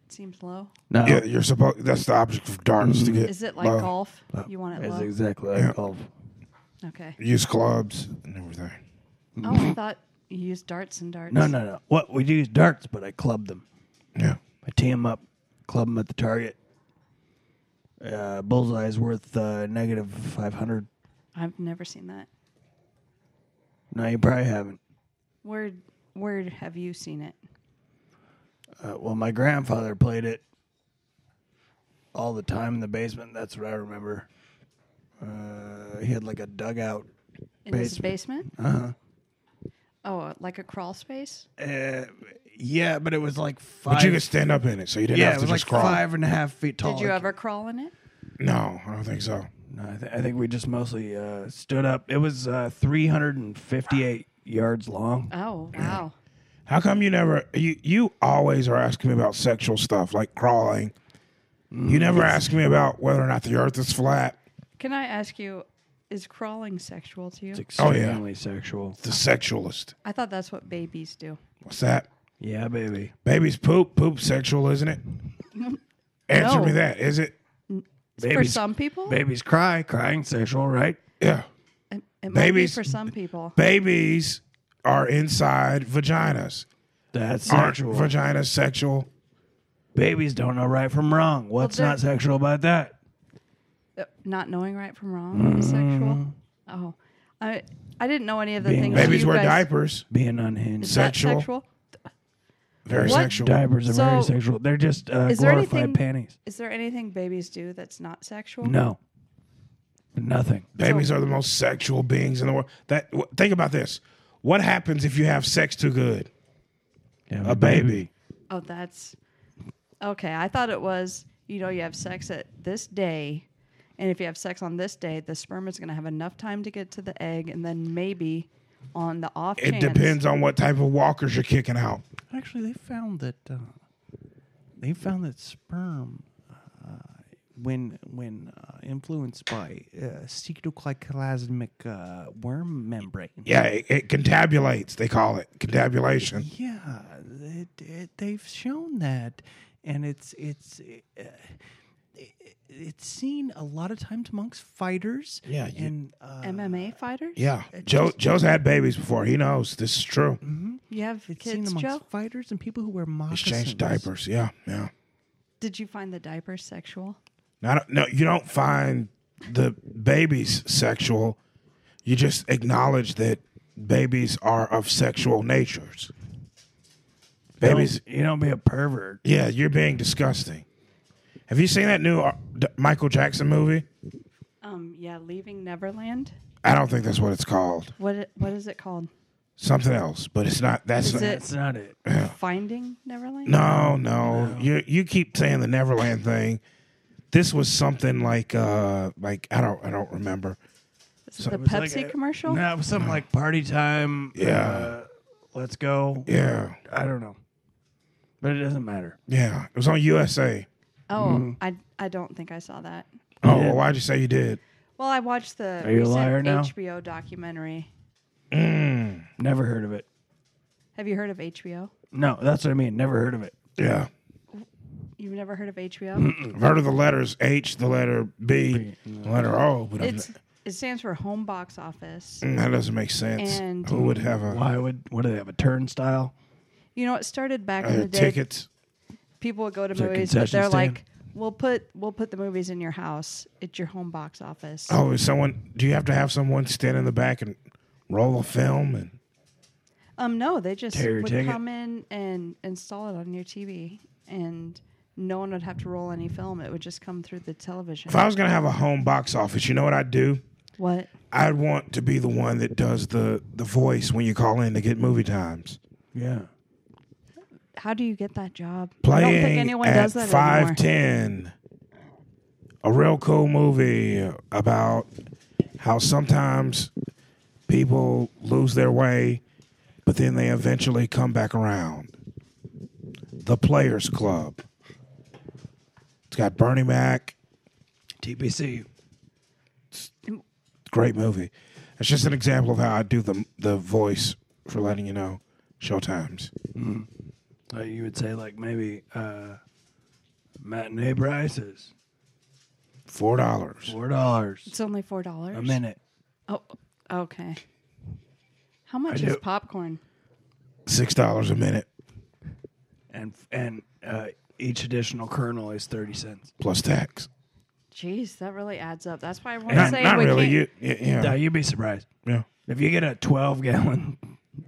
seems low.
No,
Yeah, you're supposed, that's the object of darts
Mm-hmm.
to get.
Is it like
low.
golf? You want it
That's
low?
exactly
Yeah.
like golf.
okay.
Use clubs and everything.
Oh, I thought you used darts and darts.
No, no, no. What we do is darts, but I club them.
Yeah.
I tee them up, club them at the target. Uh, bullseye's worth uh, negative five hundred.
I've never seen that.
No, you probably haven't.
Where where have you seen it?
Uh, well, my grandfather played it all the time in the basement. That's what I remember. Uh, he had like a dugout
in his basement? Uh huh. Oh, like a crawl space?
Uh, yeah, but it was like five.
But you could stand up in it, so you didn't
yeah,
have
it
to
was
just
like
crawl.
five and a half feet tall.
Did you
Oh, Like,
ever crawl in it?
No, I don't think so.
No, I, th- I think we just mostly uh, stood up. It was uh, 358 yards long.
Oh, wow.
How come you never you you always are asking me about sexual stuff like crawling? You never
Mm.
ask me about whether or not the earth is flat.
Can I ask you, is crawling sexual to you?
It's
Oh, yeah.
extremely sexual.
The sexualist.
I thought that's what babies do.
What's that?
Yeah, baby.
Baby's poop, poop sexual, isn't it? Answer
No.
me that. Is it?
for
Babies-
some people,
Babies cry, crying sexual, right?
Yeah.
it, it
babies-
might be for some people.
Babies are inside vaginas.
That's
Aren't
sexual.
vaginas sexual?
Babies don't know right from wrong. What's
they're-
not sexual about that?
Uh, Not knowing right from wrong
Mm.
is sexual. Oh, I I didn't know any of the things.
Being
Babies
you
wear
guys,
diapers.
Being unhinged.
Is that
Sexual.
sexual.
Very
What?
sexual.
Diapers are very
So-
sexual. They're just uh,
Is there
glorified
anything-
panties.
Is there anything babies do that's not sexual?
No. Nothing.
Babies are the most sexual beings in the world. That w- think about this. What happens if you have sex too good?
Yeah,
A baby.
Oh, that's okay. I thought it was. You know, you have sex at this day, and if you have sex on this day, the sperm is going to have enough time to get to the egg, and then maybe on the off
It
chance.
depends on what type of walkers you're kicking out.
Actually, they found that uh, they found that sperm, uh, when when uh, influenced by uh, cytoplasmic uh, worm membrane,
Yeah, it, it contabulates. They call it contabulation.
yeah, it, it, they've shown that, and it's it's. Uh, it- it's seen a lot of times amongst fighters.
Yeah, you-
and uh,
MMA fighters.
Yeah, Joe Joe's had babies before. He knows this is true.
You have
it's seen
kids,
amongst
Joe?
fighters and people who wear moccasins.
He's changed diapers. Yeah, yeah.
Did you find the diapers sexual?
Not no. You don't find the babies sexual. You just acknowledge that babies are of sexual natures. Babies
Don't- you don't be a pervert.
Yeah, you're being disgusting. Have you seen that new uh, D- Michael Jackson movie?
Um, yeah, leaving Neverland.
I don't think that's what it's called.
What it, what is it called?
Something else, but it's not. That's
Is it
That's not it.
Finding Neverland?
no, no. You you keep saying the Neverland thing. This was something like uh like I don't I don't remember.
Is it the
It was
Pepsi
like a-
commercial?
No, it was something like party time.
Yeah.
uh, let's go.
Yeah,
I don't know, but it doesn't matter.
yeah. It was on USA.
Oh,
Mm-hmm.
I I don't think I saw that.
Oh,
did?
well, why'd you say you did?
Well, I watched the
Are you a
recent
liar now?
HBO documentary.
Never heard of it.
Have you heard of HBO?
No, that's what I mean. Never heard of it.
Yeah,
You've never heard of HBO?
I've heard of the letters H, the letter B, the letter O, but I'm,
It's it stands for Home Box Office.
Mm, that doesn't make sense.
And-
Who would have a,
Why would? What do they have? A turnstile?
You know, it started back in
a
the day.
tickets?
People would go to
there a
movies, but
concession
they're
stand?
like, "We'll put we'll put the movies in your house. It's your home box office."
Oh, is someone? Do you have to have someone stand in the back and roll a film? And
Um, no, they just
Tear your
would
ticket.
come in and install it on your TV, and no one would have to roll any film. It would just come through the television.
if I was gonna have a home box office, you know what I'd do?
What?
I'd want to be the one that does the the voice when you call in to get movie times.
Yeah.
How do you get that job?
Playing
I don't think anyone
at
does that anymore.
five ten. A real cool movie about how sometimes people lose their way, but then they eventually come back around. The Players Club. It's got Bernie Mac.
TBC.
great movie. It's just an example of how I do the the voice for letting you know showtimes.
Like you would say, like maybe uh, matinee prices
Four dollars.
four dollars
It's only four dollars
a minute.
Oh, okay. How much is
do-
popcorn?
Six dollars a minute
And and uh, each additional kernel is thirty cents.
plus tax.
Jeez, that really adds up. That's why I want to
Not,
say
not
we
really.
can't.
You, yeah,
Now
yeah,
you'd be surprised.
yeah.
If you get a 12 gallon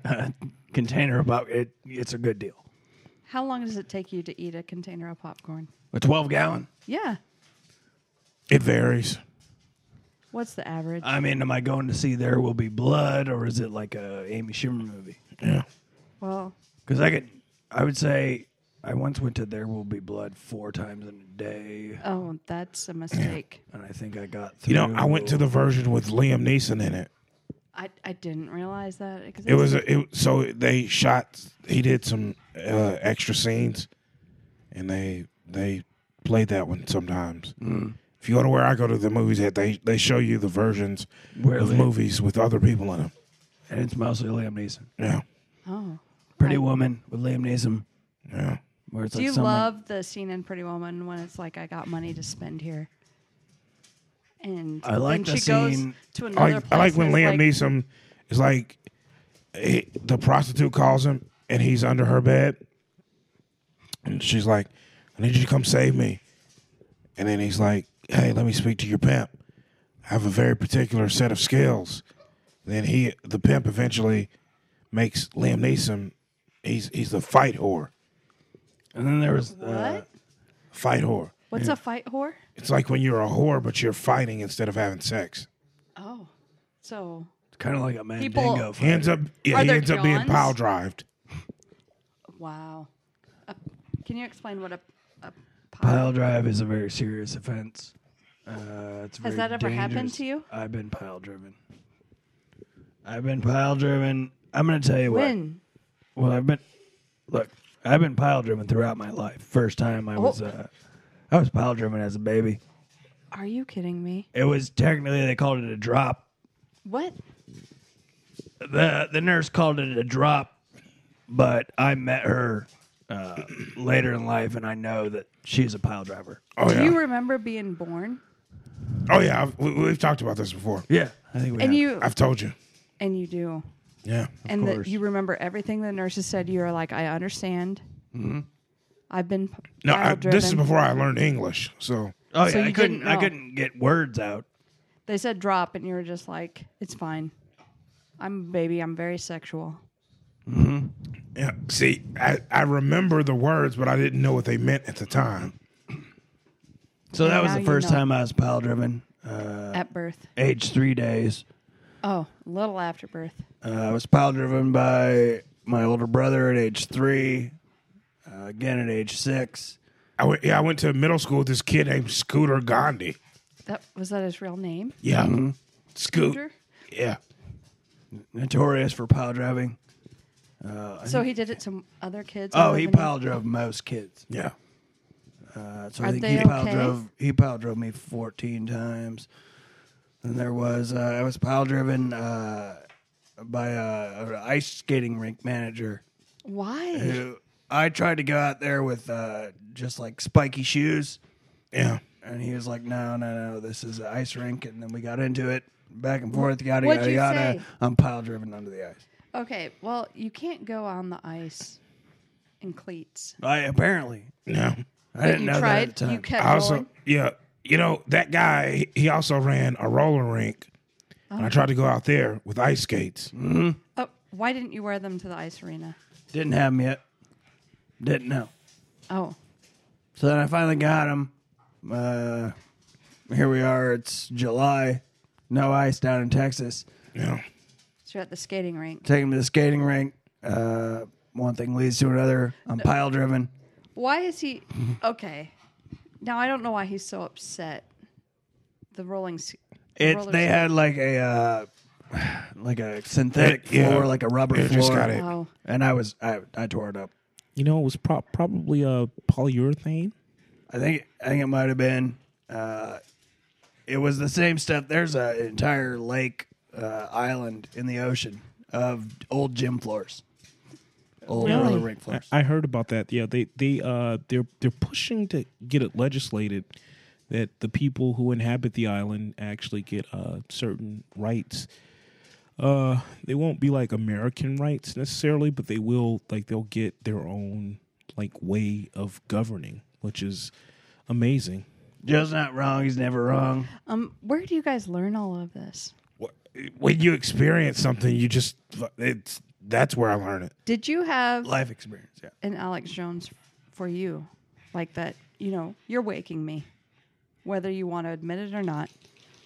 uh, container about it, it's a good deal.
How long does it take you to eat a container of popcorn?
A 12 gallon?
Yeah,
It varies.
What's the average?
I mean, am I going to see There Will Be Blood or is it like a Amy Schumer movie?
Yeah.
well,
Because I could, I would say, I once went to There Will Be Blood four times in a day,
oh, that's a mistake.
and I think I got through.
You know, I went to the version with Liam Neeson in it.
I, I didn't realize that. existed.
It was a, it, so they shot. He did some uh, extra scenes, and they they played that one sometimes.
Mm.
If you go to where I go to the movies at, they they show you the versions
Where
of
they-
movies with other people in them.
and it's mostly Liam Neeson,
Yeah,
oh.
Pretty Woman with Liam Neeson,
yeah.
where it's
Do
like
you
someone-
love the scene in Pretty Woman when it's like I got money to spend here? And
I like
and
the
she
scene-
goes to another
I like,
place
I like when
and
Liam
it's like,
Neeson is like, he, the prostitute calls him and he's under her bed. And she's like, I need you to come save me. And then he's like, Hey, let me speak to your pimp. I have a very particular set of skills. Then he, the pimp, eventually makes Liam Neeson. He's he's the fight whore,
And then there was
What?
uh,
fight whore.
What's a fight whore?
It's like when you're a whore, but you're fighting instead of having sex.
Oh, so
kind of like a
People-
Mandingo.
He ends up, yeah,
Are
he
there
ends up being
Johns?
pile drived.
wow. A, can you explain what a, a pile?
Pile drive is a very serious offense. Uh, it's
Has
very
that ever happened
dangerous.
to you?
I've been pile driven. I've been pile driven. I'm gonna tell you what.
When?
Well, I've been look. I've been pile driven throughout my life. First time I was,
Oh.
uh, I was pile driven as a baby.
Are you kidding me?
It was technically they called it a drop.
What?
the The nurse called it a drop, but I met her uh, later in life, and I know that she's a pile driver.
Oh,
Do
yeah.
you remember being born?
Oh yeah, I've, we, we've talked about this before.
Yeah, I think
And
we have.
you
I've told you.
and you do.
Yeah.
and that
course.
you remember everything the nurses said. You're like, I understand. I've been p-
Mm-hmm. No, I,
pile-driven."
this is before I learned English. So
Oh yeah,
So
I
you
couldn't.
didn't
I
know.
couldn't get words out.
they said drop, and you were just like, it's fine. I'm a baby. I'm very sexual.
yeah, see, I, I remember the words, but I didn't know what they meant at the time.
So that
And
was
now
the
you
first
know.
time I was pile driven. Uh,
At birth.
age three days,
Oh, a little after birth.
uh, I was pile driven by my older brother at age three. Uh, again at age six.
I went, yeah, I went to middle school with this kid named Scooter Gandhi.
That was that his real name?
Yeah, Scoot.
Scooter?
Yeah,
Notorious for pile driving.
So he did it to other kids.
Oh,
other
he
than you?
pile drove most kids.
yeah.
Uh, so
Are
I think
they
he pile
okay?
drove. He pile drove me fourteen times. And there was uh, I was pile driven uh, by a, a ice skating rink manager.
Why?
who I tried to go out there with uh, just like spiky shoes,
Yeah,
and he was like, "No, no, no, this is an ice rink." And then we got into it, back and forth, yada
What'd
yada
you
yada.
say?
I'm pile driven under the ice.
Okay, well, you can't go on the ice in cleats.
I apparently
yeah.
I didn't
you
know that
tried.
at the time.
You kept
I also,
going.
yeah, you know that guy. he- He also ran a roller rink, and I tried to go out there with ice skates.
Oh, why didn't you wear them to the ice arena?
didn't have him yet. Didn't know.
Oh,
So then I finally got him. Uh, here we are. It's July. No ice down in Texas.
Yeah,
so you're at the skating rink.
Take him to the skating rink. Uh, one thing leads to another. I'm
Uh,
pile driven.
Why is he okay? Now I don't know why he's so upset. The rolling. s-
It's
roller
they
skate-
had like a uh, like a synthetic
Yeah.
floor, like a rubber
It
floor,
just got it.
Oh,
and I was I, I tore it up.
You know, it was pro- probably a polyurethane.
I think I think it might have been. Uh, it was the same stuff. There's a, an entire lake uh, island in the ocean of old gym floors, old
Really?
roller rink
I,
floors.
I heard about that. Yeah, they they uh they're they're pushing to get it legislated that the people who inhabit the island actually get uh certain rights. Uh, they won't be like American rights necessarily, but they will like they'll get their own like way of governing, which is amazing.
Joe's not wrong. He's never wrong.
um, where do you guys learn all of this?
Wh- when you experience something, you just it's that's where I learned it.
Did you have
Life experience. Yeah.
an Alex Jones for you, like that? You know, you're waking me, whether you want to admit it or not.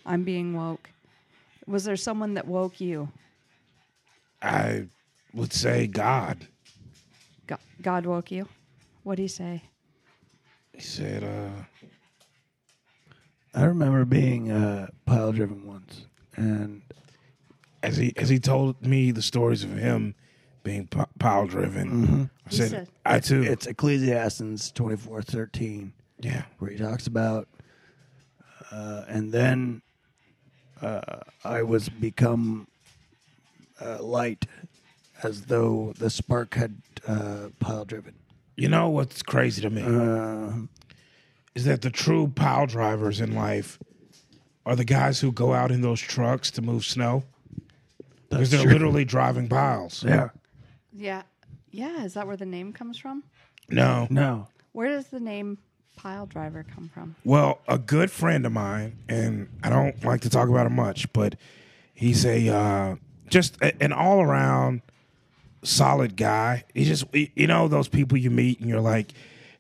I'm being woke. Was there someone that woke you?
I would say God.
God, God woke you. What do you say?
He said, uh,
I remember being uh, pile driven once, and
as he as he told me the stories of him being p- pile driven, I said,
said-
I too.
Mm-hmm. it's Ecclesiastes twenty four thirteen.
yeah.
where he talks about, uh, and then uh, I was become uh, light as though the spark had uh, pile driven.
You know what's crazy to me
Uh,
is that the true pile drivers in life are the guys who go out in those trucks to move snow because they're literally driving piles.
yeah.
Yeah. Yeah. Is that where the name comes from?
No.
No.
Where does the name pile driver come from?
Well, a good friend of mine, and I don't like to talk about him much, but he's a uh, just a, an all around solid guy. He just, y- you know, those people you meet and you're like,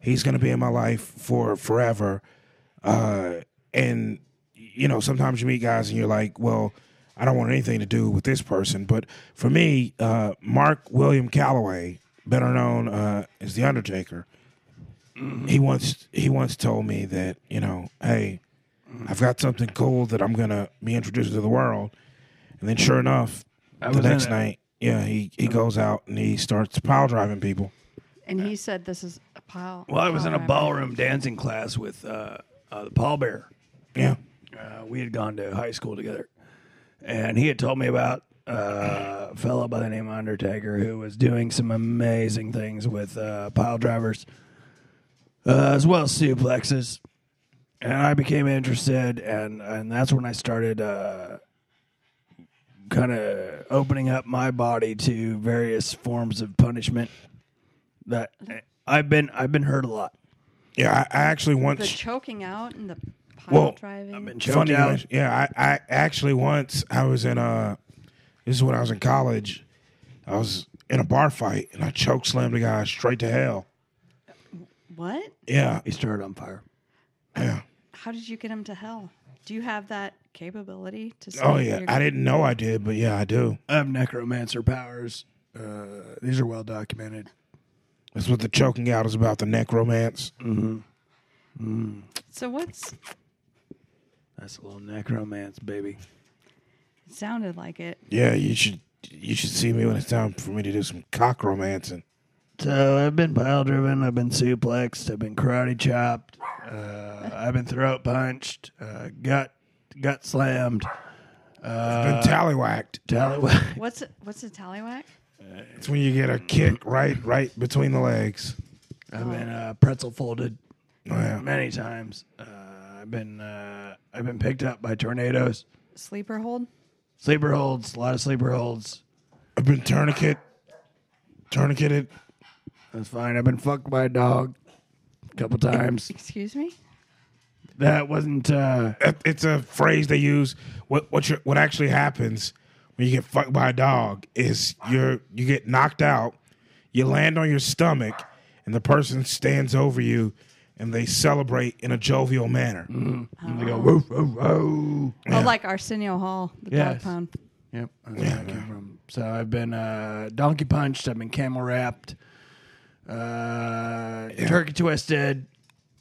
he's going to be in my life for forever. Uh, and, you know, sometimes you meet guys and you're like, well, I don't want anything to do with this person. But for me, uh, Mark William Calloway, better known uh, as The Undertaker, he once he once told me that you know, hey, I've got something cool that I'm gonna be introducing to the world, and then sure enough, the
was in
next
it.
night, yeah, he he goes out and he starts pile driving people.
And he said this is a pile.
Well, I was
pile
in a
driver.
ballroom dancing class with uh, uh, the pallbearer.
Yeah,
Uh, we had gone to high school together, and he had told me about uh, a fellow by the name of Undertaker who was doing some amazing things with uh, pile drivers, uh, as well as suplexes. And I became interested, and and that's when I started uh, kind of opening up my body to various forms of punishment. That I've been I've been hurt a lot.
yeah. I, I actually
The
once
choking out and the pile
Well,
driving.
I've been choked
funny,
out.
guys, yeah. I, I actually once I was in a this is when I was in college. I was in a bar fight and I choke slammed a guy straight to hell.
what?
Yeah,
He started on fire.
yeah.
How did you get him to hell? Do you have that capability to?
Oh
see
yeah.
your-
I didn't know I did, but yeah, I do.
I have Um, necromancer powers. Uh, these are well documented.
That's what the choking out is about. The necromance.
So what's
That's a little necromance, baby.
sounded like it?
Yeah, you should you should see me when it's time for me to do some cock romancing.
So I've been pile driven. I've been suplexed. I've been karate chopped. Uh, I've been throat punched. Uh, gut gut slammed.
Been tallywhacked.
Tally-
What's what's a tallywhack?
It's when you get a kick right right between the legs.
I've been uh, pretzel folded
Oh, yeah.
many times. Uh, I've been uh, I've been picked up by tornadoes.
Sleeper hold.
Sleeper holds. A lot of sleeper holds.
I've been tourniquet tourniqueted.
That's fine. I've been fucked by a dog a couple times.
Excuse me.
That wasn't. Uh,
It- It's a phrase they use. What what you what actually happens when you get fucked by a dog is you're you get knocked out, you land on your stomach, and the person stands over you and they celebrate in a jovial manner.
They go woof woof woof.
Oh, like Arsenio Hall, the dog
Yes.
pound.
Yep, that's where I came from. So I've been uh, donkey punched. I've been camel wrapped. Uh, Turkey twisted.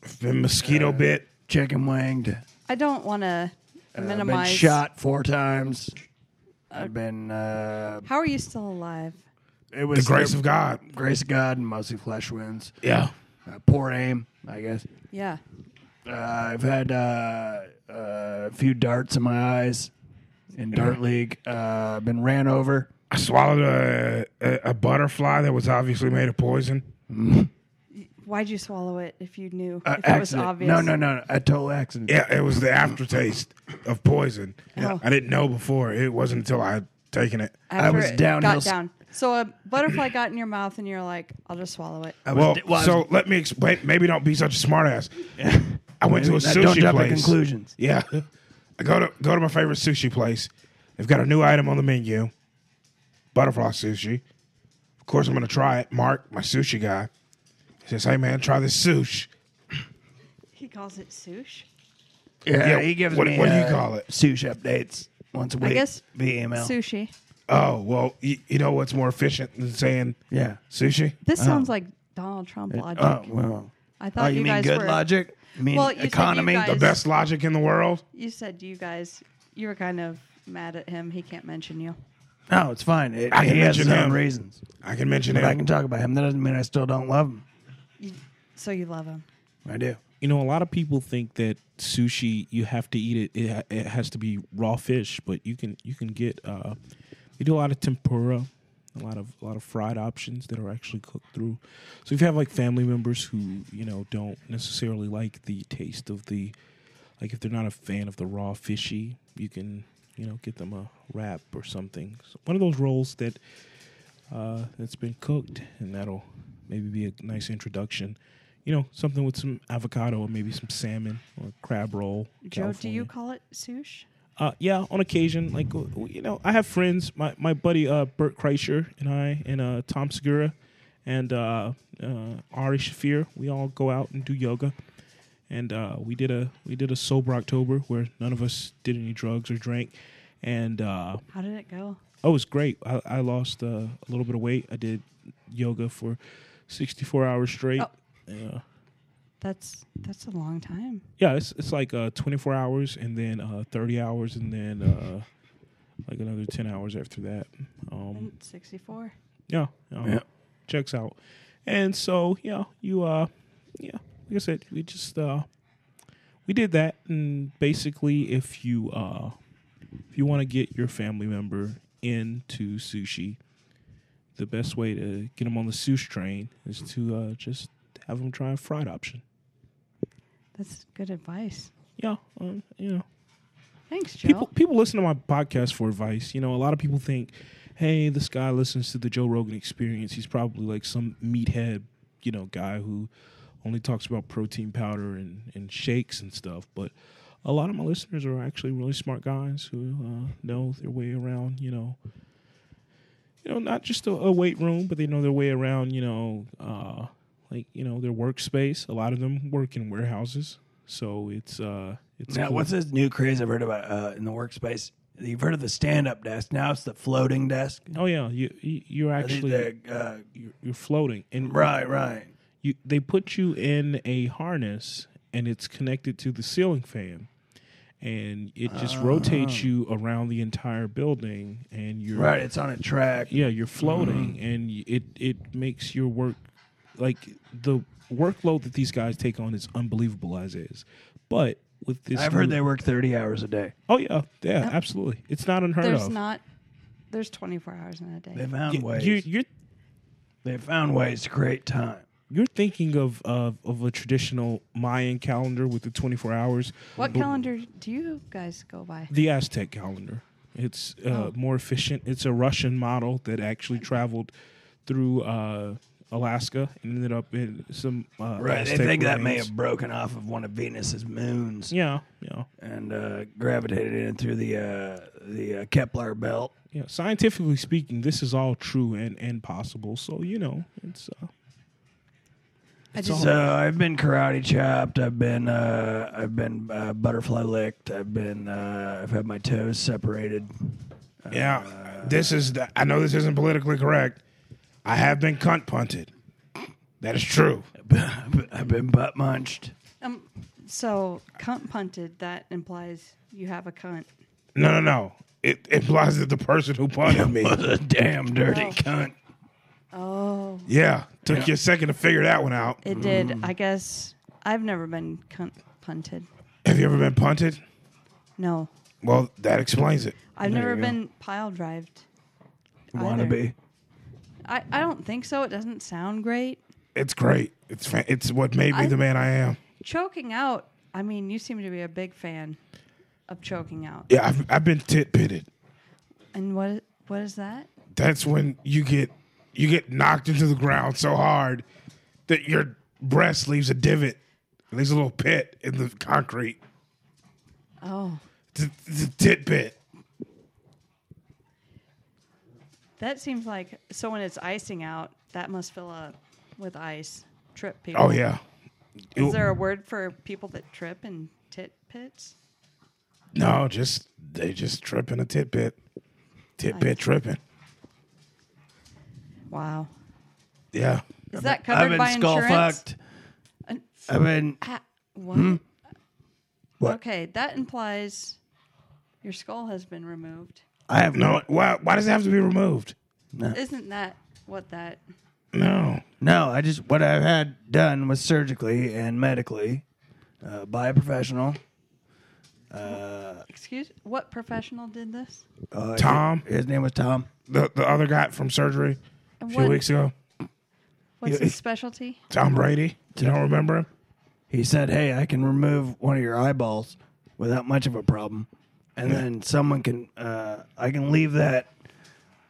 I've been mosquito bit.
Chicken winged.
I don't want to
I've Uh, been
minimize.
shot four times. I've been. Uh,
How are you still alive?
it
The
was
grace of God.
grace of God and mostly flesh wounds.
Yeah.
Uh, poor aim, I guess.
Yeah.
Uh, I've had uh, uh, a few darts in my eyes in dart league. Uh, I've been ran over.
I swallowed a, a, a butterfly that was obviously made of poison.
Why'd you swallow it if you knew? if
Uh,
it was
accident.
obvious.
No, no, no, no. A total accident.
Yeah, it was the aftertaste of poison.
Yeah.
I didn't know before. It wasn't until I had taken it.
After
was
it
downhill
Got
s-
down. So a butterfly got in your mouth, and you're like, "I'll just swallow it."
I was
Well,
di- well, I was
so let me explain. Maybe don't be such a smartass. I went
Maybe
to a
not-
sushi
don't jump to
place.
conclusions.
Yeah, I go to go to my favorite sushi place. They've got a new item on the menu, butterfly sushi. Of course, I'm going to try it. Mark, my sushi guy, says, "Hey man, try this sushi."
He calls it sush.
Yeah,
Yeah,
he gives
what-
me
what do you
uh,
call it?
Sushi updates once a week.
guess
via email.
Sushi.
Oh well, you, you know what's more efficient than saying
Yeah.
sushi?
This
Uh-huh.
sounds like Donald Trump logic.
Oh well.
I
Oh,
thought
you,
you,
mean
guys
good
were.
logic? You mean
Well, you said you
economy?
The
guys-
best logic in the world.
You said you guys. You were kind of mad at him. He can't mention you.
No, it's fine. It,
I can
he has his
mention
own
him.
reasons,
I can mention
but I
it.
can talk about him. That doesn't mean I still don't love him.
you so you love him.
I do.
You know, a lot of people think that sushi you have to eat it. It, ha- it has to be raw fish, but you can you can get. Uh, they do a lot of tempura, a lot of a lot of fried options that are actually cooked through. So if you have like family members who you know don't necessarily like the taste of the, like if they're not a fan of the raw fishy, you can you know get them a wrap or something. So one of those rolls that uh, that's been cooked, and that'll maybe be a nice introduction. You know, something with some avocado or maybe some salmon or crab roll.
Joe, do you
California.
call it sushi?
Uh, yeah, on occasion, like w- w- you know, I have friends. My my buddy uh, Bert Kreischer and I, and uh, Tom Segura, and uh, uh, Ari Shafir. We all go out and do yoga, and uh, we did a we did a sober October where none of us did any drugs or drank, and uh,
How did it go?
Oh, it was great. I, I lost uh, a little bit of weight. I did yoga for 64 hours straight.
Oh.
Yeah.
That's that's a long time.
Yeah, it's, it's like uh, 24 hours and then uh, 30 hours and then uh, like another 10 hours after that. Um,
And 64.
yeah, um,
Yeah.
Checks out. And so, yeah, you, uh, yeah, like I said, we just, uh, we did that. And basically, if you, uh, if you want to get your family member into sushi, the best way to get them on the sushi train is to uh, just have them try a fried option.
That's good advice.
Yeah, um, you know,
Thanks, Joe.
people people listen to my podcast for advice. You know, a lot of people think, "Hey, this guy listens to the Joe Rogan Experience. He's probably like some meathead, you know, guy who only talks about protein powder and and shakes and stuff." But a lot of my listeners are actually really smart guys who uh, know their way around. You know, you know, not just a, a weight room, but they know their way around. You know, uh, like you know their workspace. A lot of them work in warehouses, so it's uh, it's
Now,
cool.
what's this new craze I've heard about uh, in the workspace? You've heard of the stand-up desk. Now it's the floating desk.
Oh yeah, you you- you're actually
The- the, uh,
you're, you're floating, and
right, right.
you they put you in a harness, and it's connected to the ceiling fan, and it just rotates you around the entire building, and you're
Right, it's on a track.
yeah you're floating,
Mm-hmm.
and y- it it makes your work like the workload that these guys take on is unbelievable as is, but with this
I've heard
new-
they work 30 hours a day.
oh yeah yeah absolutely it's not unheard
There's
of
not. There's 24 hours in a day.
They found
You-
ways.
you you're
they found ways to create time.
You're thinking of of of a traditional Mayan calendar with the 24 hours.
What
but
calendar do you guys go by?
The Aztec calendar. It's uh,
Oh.
more efficient. It's a Russian model that actually traveled through uh, Alaska and ended up in some uh,
Right, they
Aztec
think that may
ruins.
have broken off of one of Venus's moons
Yeah, yeah,
and uh, gravitated in through the uh, the uh, Kepler belt.
yeah. Scientifically speaking, this is all true and and possible. So you know, it's uh,
I
it's
just-
all-
So I've been karate chopped. I've been uh, I've been uh, butterfly licked. I've been uh, I've had my toes separated.
Yeah, this is. The, I know this isn't politically correct. I have been cunt punted. That is true.
I've been butt munched.
Um, so cunt punted. That implies you have a cunt.
No, no, no. It implies that the person who punted me,
Was a damn dirty
Oh.
cunt.
Oh,
yeah, took you a second to figure that one out.
it did.
Mm.
I guess I've never been cunt punted.
Have you ever been punted?
No,
Well, that explains it.
I've
There
never
you go.
been pile drived. either.
Wannabe.
I, I don't think so. It doesn't sound great.
It's great. It's fa- it's what made me
I-
the man I am.
Choking out. I mean, you seem to be a big fan of choking out.
Yeah, I've I've been tit pitted.
And what what is that?
That's when you get you get knocked into the ground so hard that your breast leaves a divot, It leaves a little pit in the concrete.
Oh,
It's a, it's a tit pit.
that seems like so. When it's icing out, that must fill up with ice. Trip people.
Oh yeah.
Is there a word for people that trip and tit pits?
No, just they just tripping a tit bit, tit bit tripping.
Wow.
Yeah,
Is that
I've
covered
been
by
skull
insurance? Uh,
fucked. I've been
Ah, what?
Hmm?
What?
Okay, that implies your skull has been removed.
I have no
no. Why? Why does it have to be removed?
Isn't that what that?
No.
no. I just what I've had done was surgically and medically uh, by a professional.
Excuse what professional did this?
Uh,
Tom?
his, his name was Tom.
The the other guy from surgery a
And
few
what-
weeks ago,
What's his specialty?
Tom Brady. You don't remember him?
He said, "Hey, I can remove one of your eyeballs without much of a problem, and then someone can uh, I can leave that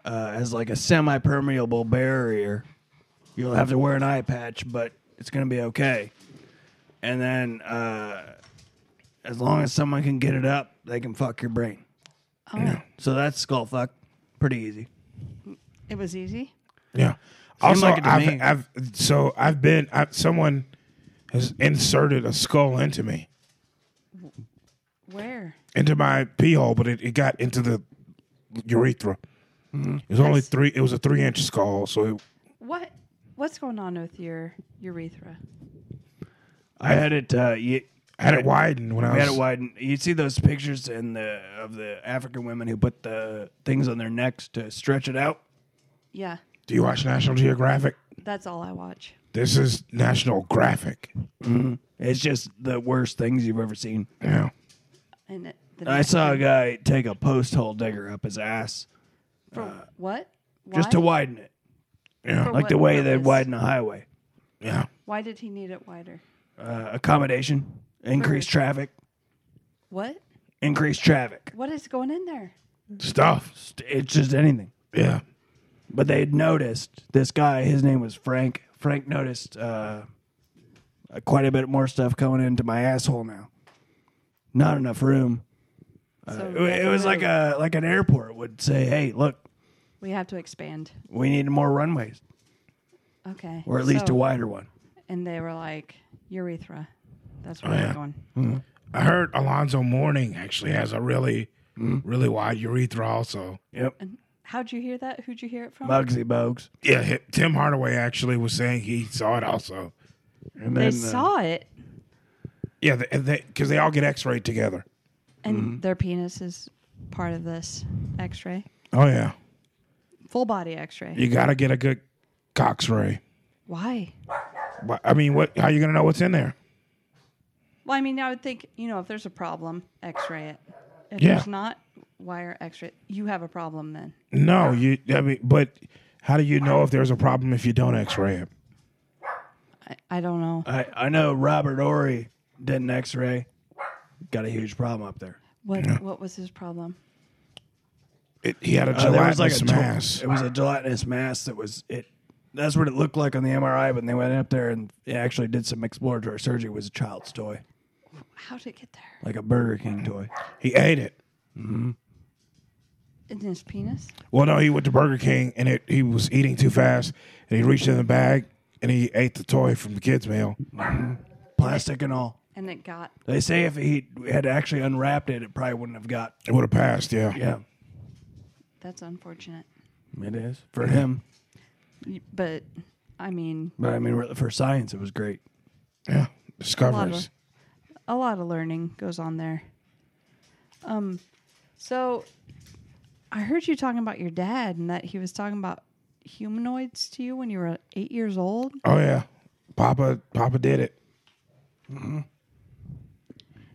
uh, as like a semi-permeable barrier. You'll have to wear an eye patch, but it's gonna be okay. And then uh, as long as someone can get it up, they can fuck your brain.
Oh,
So that's skull fuck, pretty easy.
it was easy.
Yeah. Also,
like it to me.
I've, I've so I've been i someone has inserted a skull into me
Where?
into my pee hole, but it, it got into the urethra.
Mm-hmm.
It was only
Nice.
three. It was a three inch skull, so it,
What? What's going on with your urethra?
I had it. Uh, ye-
I had it widened when I
We
was.
had it widened. You see those pictures in the of the African women who put the things on their necks to stretch it out.
Yeah,
Do you watch National Geographic?
that's all I watch.
This is National Graphic.
It's just the worst things you've ever seen.
Yeah.
And it, the
I saw a guy take a post hole digger up his ass
for what? Why?
uh, just to widen it,
Yeah.
For
like
what
the way they
purpose?
widen a highway.
yeah.
Why did he need it wider?
Uh, accommodation, increased traffic,
What?
increased traffic.
What is going in there?
Stuff.
Just- It's just anything.
Yeah.
But they would noticed this guy. His name was Frank. Frank noticed uh, uh, quite a bit more stuff coming into my asshole now. Not enough room.
So
Uh, It wa- it was like a like an airport would say, "Hey, look,
we have to expand.
we need more runways,
Okay.
or at least
So-
a wider one."
And they were like urethra. That's
Oh,
where
yeah.
we're going.
I heard Alonzo Mourning actually has a really,
Mm-hmm.
really wide urethra. Also,
Yep,
How'd you hear that? Who'd you hear it from?
Bugsy Bogues.
yeah. hi- Tim Hardaway actually was saying he saw it also.
And
They
then, uh,
saw it,
Yeah, because they, 'cause they all get X-rayed together.
and
mm-hmm.
their penis is part of this X-ray,
Oh yeah,
full body X-ray.
you got to get a good cox ray.
Why?
Wha- I mean, what? How you gonna know what's in there?
Well, I mean, I would think you know if there's a problem, X-ray it. If
Yeah.
there's not, wire X-ray. it. You have a problem then.
No, you. I mean, but how do you know if there's a problem if you don't X-ray it?
I, I don't know.
I I know Robert Ory did an X-ray. Got a huge problem up there.
What what was his problem?
It- he had a
Uh, there was
gelatinous
like a
mass.
It was a gelatinous mass that was it. That's what it looked like on the MRI when they went up there and it actually did some exploratory surgery. It was a child's toy,
How did it get there?
like a Burger King toy.
he ate it.
In his penis?
Well, no, he went to Burger King and it, he was eating too fast, and he reached in the bag and he ate the toy from the kids' meal.
plastic and all.
And it got
They say if he had actually unwrapped it, it probably wouldn't have got.
It would have passed. Yeah.
Yeah,
that's unfortunate.
it is for him.
Y- But I mean,
But I mean, for science, it was great.
Yeah.
a lot
Discoveries.
of a lot of learning goes on there. Um, so I heard you talking about your dad and that he was talking about humanoids to you when you were eight years old,
Oh yeah, Papa. Papa did it.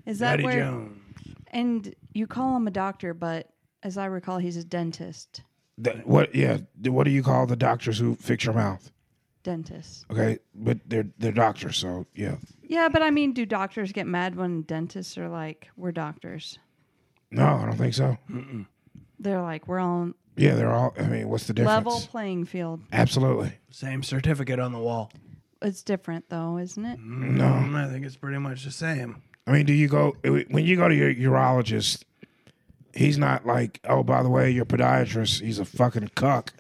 is that
Daddy
where?
Jones.
And you call him a doctor, but as I recall, he's a dentist.
The- what? Yeah. the- What do you call the doctors who fix your mouth?
Dentist.
Okay, but they're they're doctors, so yeah.
Yeah, but I mean, do doctors get mad when dentists are like, "We're doctors"?
No, I don't think so.
They're like, "We're on
Yeah, they're all. I mean, what's the difference?
level playing field."
Absolutely.
Same certificate on the wall.
It's different, though, isn't it?
No,
I think it's pretty much the same.
I mean, do you go when you go to your urologist? He's not like, oh, by the way, your podiatrist. He's a fucking cuck.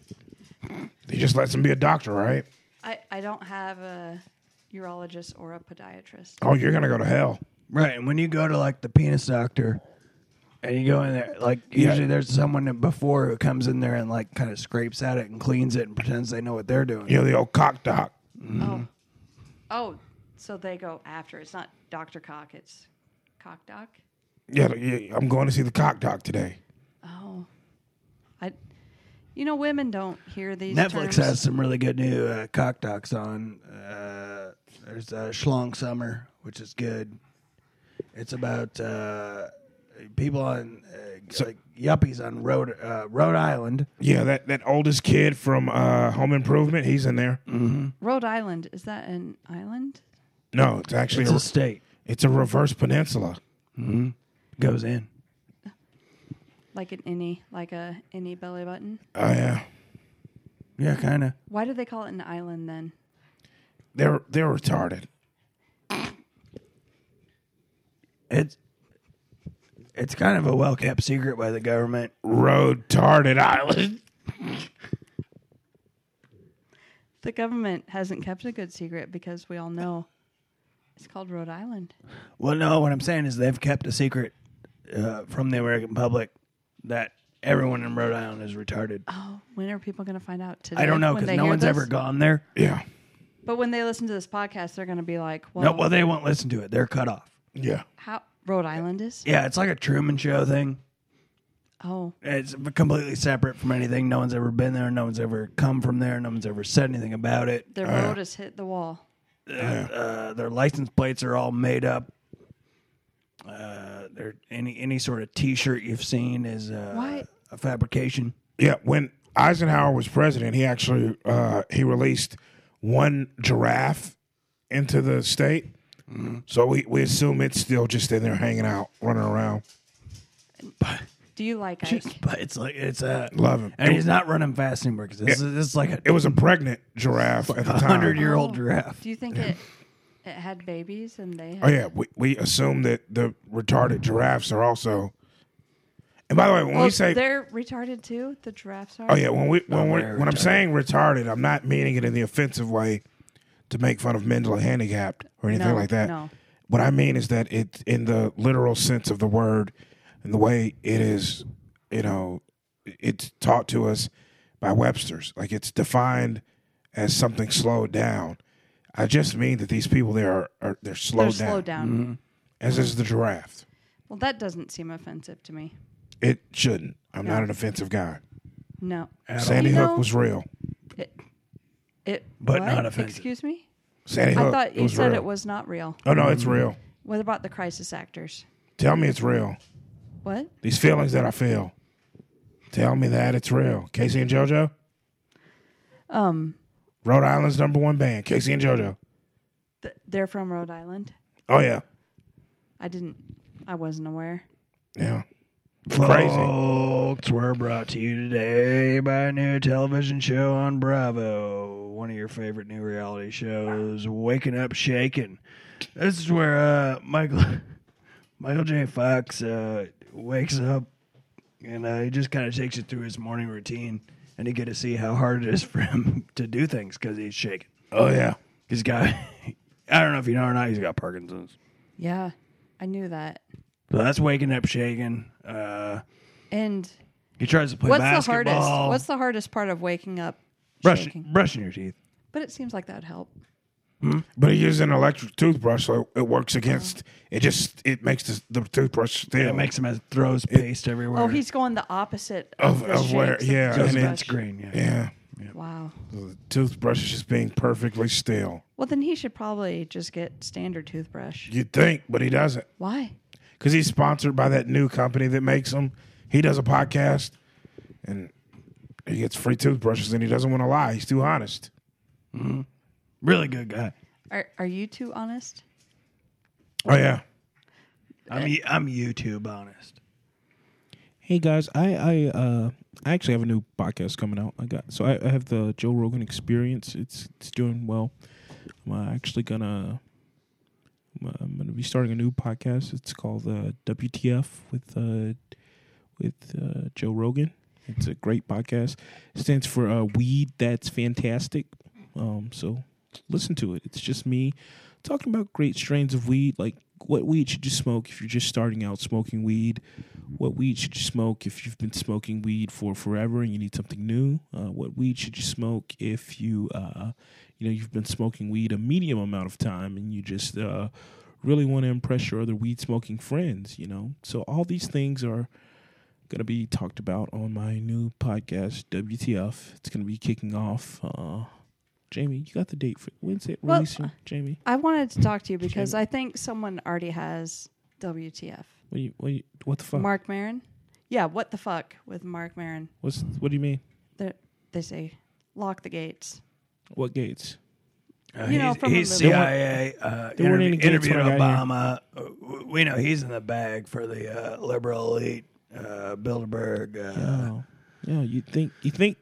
He just lets him be a doctor, right?
I, I don't have a urologist or a podiatrist.
Oh, you're gonna go to hell.
Right, and when you go to like the penis doctor, and you go in there, like usually there's someone that before who comes in there and like kind of scrapes at it and cleans it and pretends they know what they're doing.
You know, the old cock doc.
Mm-hmm.
Oh. Oh, so they go after. It's not Dr. Cock, it's Cock Doc.
Yeah, yeah, I'm going to see the cock doc today.
Oh. I You know women don't hear these
Netflix
terms.
has some really good new uh, cock docs on. Uh, there's uh, Schlong Summer, which is good. It's about uh, people on uh, like yuppies on Rhode uh, Rhode Island.
Yeah, that, that oldest kid from uh, Home Improvement, he's in there.
Rhode Island, is that an island?
No, it's actually
It's
a,
a state
it's a reverse peninsula.
goes in.
Like an innie, like a innie belly button.
Oh yeah,
Yeah, kind of.
Why do they call it an island then?
they're they're retarded.
It's it's kind of a well kept secret by the government.
Road tarded island.
The government hasn't kept a good secret because we all know it's called Rhode Island.
Well, no, what I'm saying is they've kept a secret uh, from the American public that everyone in Rhode Island is retarded.
Oh, when are people going to find out today?
I don't know
when
because
they
no
hear
one's
this?
ever gone there.
Yeah,
But when they listen to this podcast, they're going to be like, "Well,
No, well, they won't listen to it. They're cut off.
yeah.
how Rhode Island is?
Yeah, it's like a Truman Show thing.
Oh,
It's completely separate from anything. No one's ever been there. No one's ever come from there. No one's ever said anything about it.
their
Uh.
road has hit the wall.
Uh, their license plates are all made up. Uh, they're- any any sort of T-shirt you've seen is uh,
What?
a fabrication.
Yeah, when Eisenhower was president, he actually uh, he released one giraffe into the state. So we, we assume it's still just in there hanging out, running around.
Do you like Ike?
But it's like it's a
Love him.
and he's not running fast anymore because this, is this is like
It
a
was a pregnant giraffe at the time.
hundred year
Oh.
old giraffe.
Do you think it it had babies and they? Had,
Oh yeah, we, we assume that the retarded giraffes are also. And by the way, when
Well,
we say
they're retarded too. The giraffes are.
Oh yeah, when we when we
they're
when I'm
retarded.
saying retarded, I'm not meaning it in the offensive way to make fun of mentally handicapped or anything
No,
like that.
no.
What I mean is that it in the literal sense of the word and the way it is, you know, it's taught to us by Webster's. Like it's defined as something slowed down. I just mean that these people there are, are they're
they're
slowed down, Mm-hmm.
slowed down.
as is the giraffe.
Well, that doesn't seem offensive to me.
It shouldn't. I'm not an offensive guy.
No,
Sandy
You
Hook
know-
was real.
it. It.
But
what?
not offensive.
Excuse me.
Sandy Hook.
I thought you
was
said
real.
it was not real.
Oh no, it's real.
What about the crisis actors?
Tell me it's real.
What?
These feelings that I feel. Tell me that it's real. Casey and JoJo. Um.
Um,
Rhode Island's number one band, Casey and JoJo.
Th- they're from Rhode Island.
Oh yeah,
I didn't. I wasn't aware.
yeah.
Folks, we're brought to you today by a new television show on Bravo, one of your favorite new reality shows, Waking Up Shaken. This is where uh, Michael Michael J. Fox uh, wakes up and uh, he just kind of takes you through his morning routine, and you get to see how hard it is for him to do things because he's shaking.
Oh yeah.
He's got I don't know if you know or not, he's got Parkinson's.
Yeah, I knew that.
So that's Waking Up Shaken. Uh,
And
he tries to play
what's
basketball.
the hardest? What's the hardest part of waking up?
brushing,
shaking?
brushing your teeth.
But it seems like that'd help.
But he used an electric toothbrush, so it works against. It just it makes the, the toothbrush still.
It makes him as throws paste everywhere.
Oh, he's going the opposite
Of-
of, the
of
shakes
where-
of the
yeah,
goes
and
toothbrush.
it's
against green. Yeah.
yeah.
Wow.
The toothbrush is just being perfectly still.
Well, then he should probably just get standard toothbrush.
You'd think, but he doesn't,
Why?
because he's sponsored by that new company that makes them. He does a podcast, and he gets free toothbrushes, and he doesn't want to lie. He's too honest.
Really good guy.
Are Are you too honest?
Oh yeah.
I'm y- I'm YouTube honest.
Hey guys, I I uh I actually have a new podcast coming out. I got so I, I have the Joe Rogan Experience. It's it's doing well. I'm uh, actually gonna I'm gonna be starting a new podcast. It's called uh, WTF with uh with uh, Joe Rogan. It's a great podcast. It stands for uh, Weed That's Fantastic. Um, so listen to it. It's just me talking about great strains of weed, like what weed should you smoke if you're just starting out smoking weed? What weed should you smoke if you've been smoking weed for forever and you need something new? Uh, what weed should you smoke if you, uh, you know, you've been smoking weed a medium amount of time and you just uh, really want to impress your other weed smoking friends? You know, so all these things are going to be talked about on my new podcast, WTF. It's going to be kicking off. Uh, Jamie, you got the date for when's it
Well,
releasing? Jamie,
I wanted to talk to you because I think someone already has WTF.
what, you, what, you, what the fuck?
Mark Marin? Yeah, what the fuck with Mark Marin?
What's what do you mean?
They're, they say, lock the gates.
What gates?
Uh,
You know,
he's,
from the
he's
movie.
CIA uh,
There weren't
interview-
any gates
interviewed
when I
Obama. Uh, we know he's in the bag for the uh, liberal elite, uh, Bilderberg. Uh,
Oh, yeah. You think you think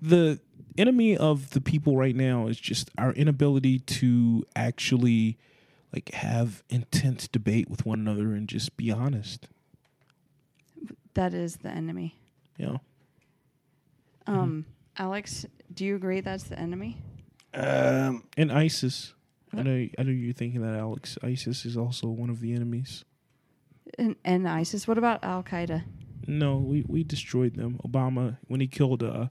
the enemy of the people right now is just our inability to actually like have intense debate with one another and just be honest.
That is the enemy.
You know,
Um, Alex, do you agree that's the enemy?
Um,
and ISIS. I know. I know you're thinking that Alex. ISIS is also one of the enemies.
And, and ISIS. What about Al Qaeda?
No, we, we destroyed them. Obama, when he killed, uh,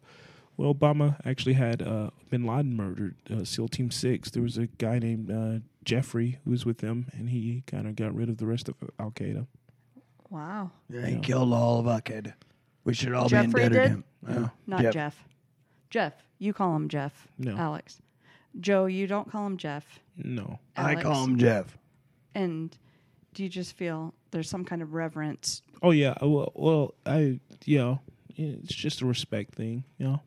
well, Obama actually had uh, Bin Laden murdered. Uh, SEAL Team Six. There was a guy named uh, Jeffrey who was with them, and he kind of got rid of the rest of Al Qaeda.
Wow.
he killed all of our kid. We should all
Jeffrey
be indebted
did?
to him. Yeah.
Not
Jeff.
Jeff. Jeff. You call him Jeff.
No.
Alex. Joe, you don't call him Jeff.
No,
I
Alex.
call him Jeff.
And do you just feel there's some kind of reverence?
oh yeah, I- well, well I you know, it's just a respect thing, you know.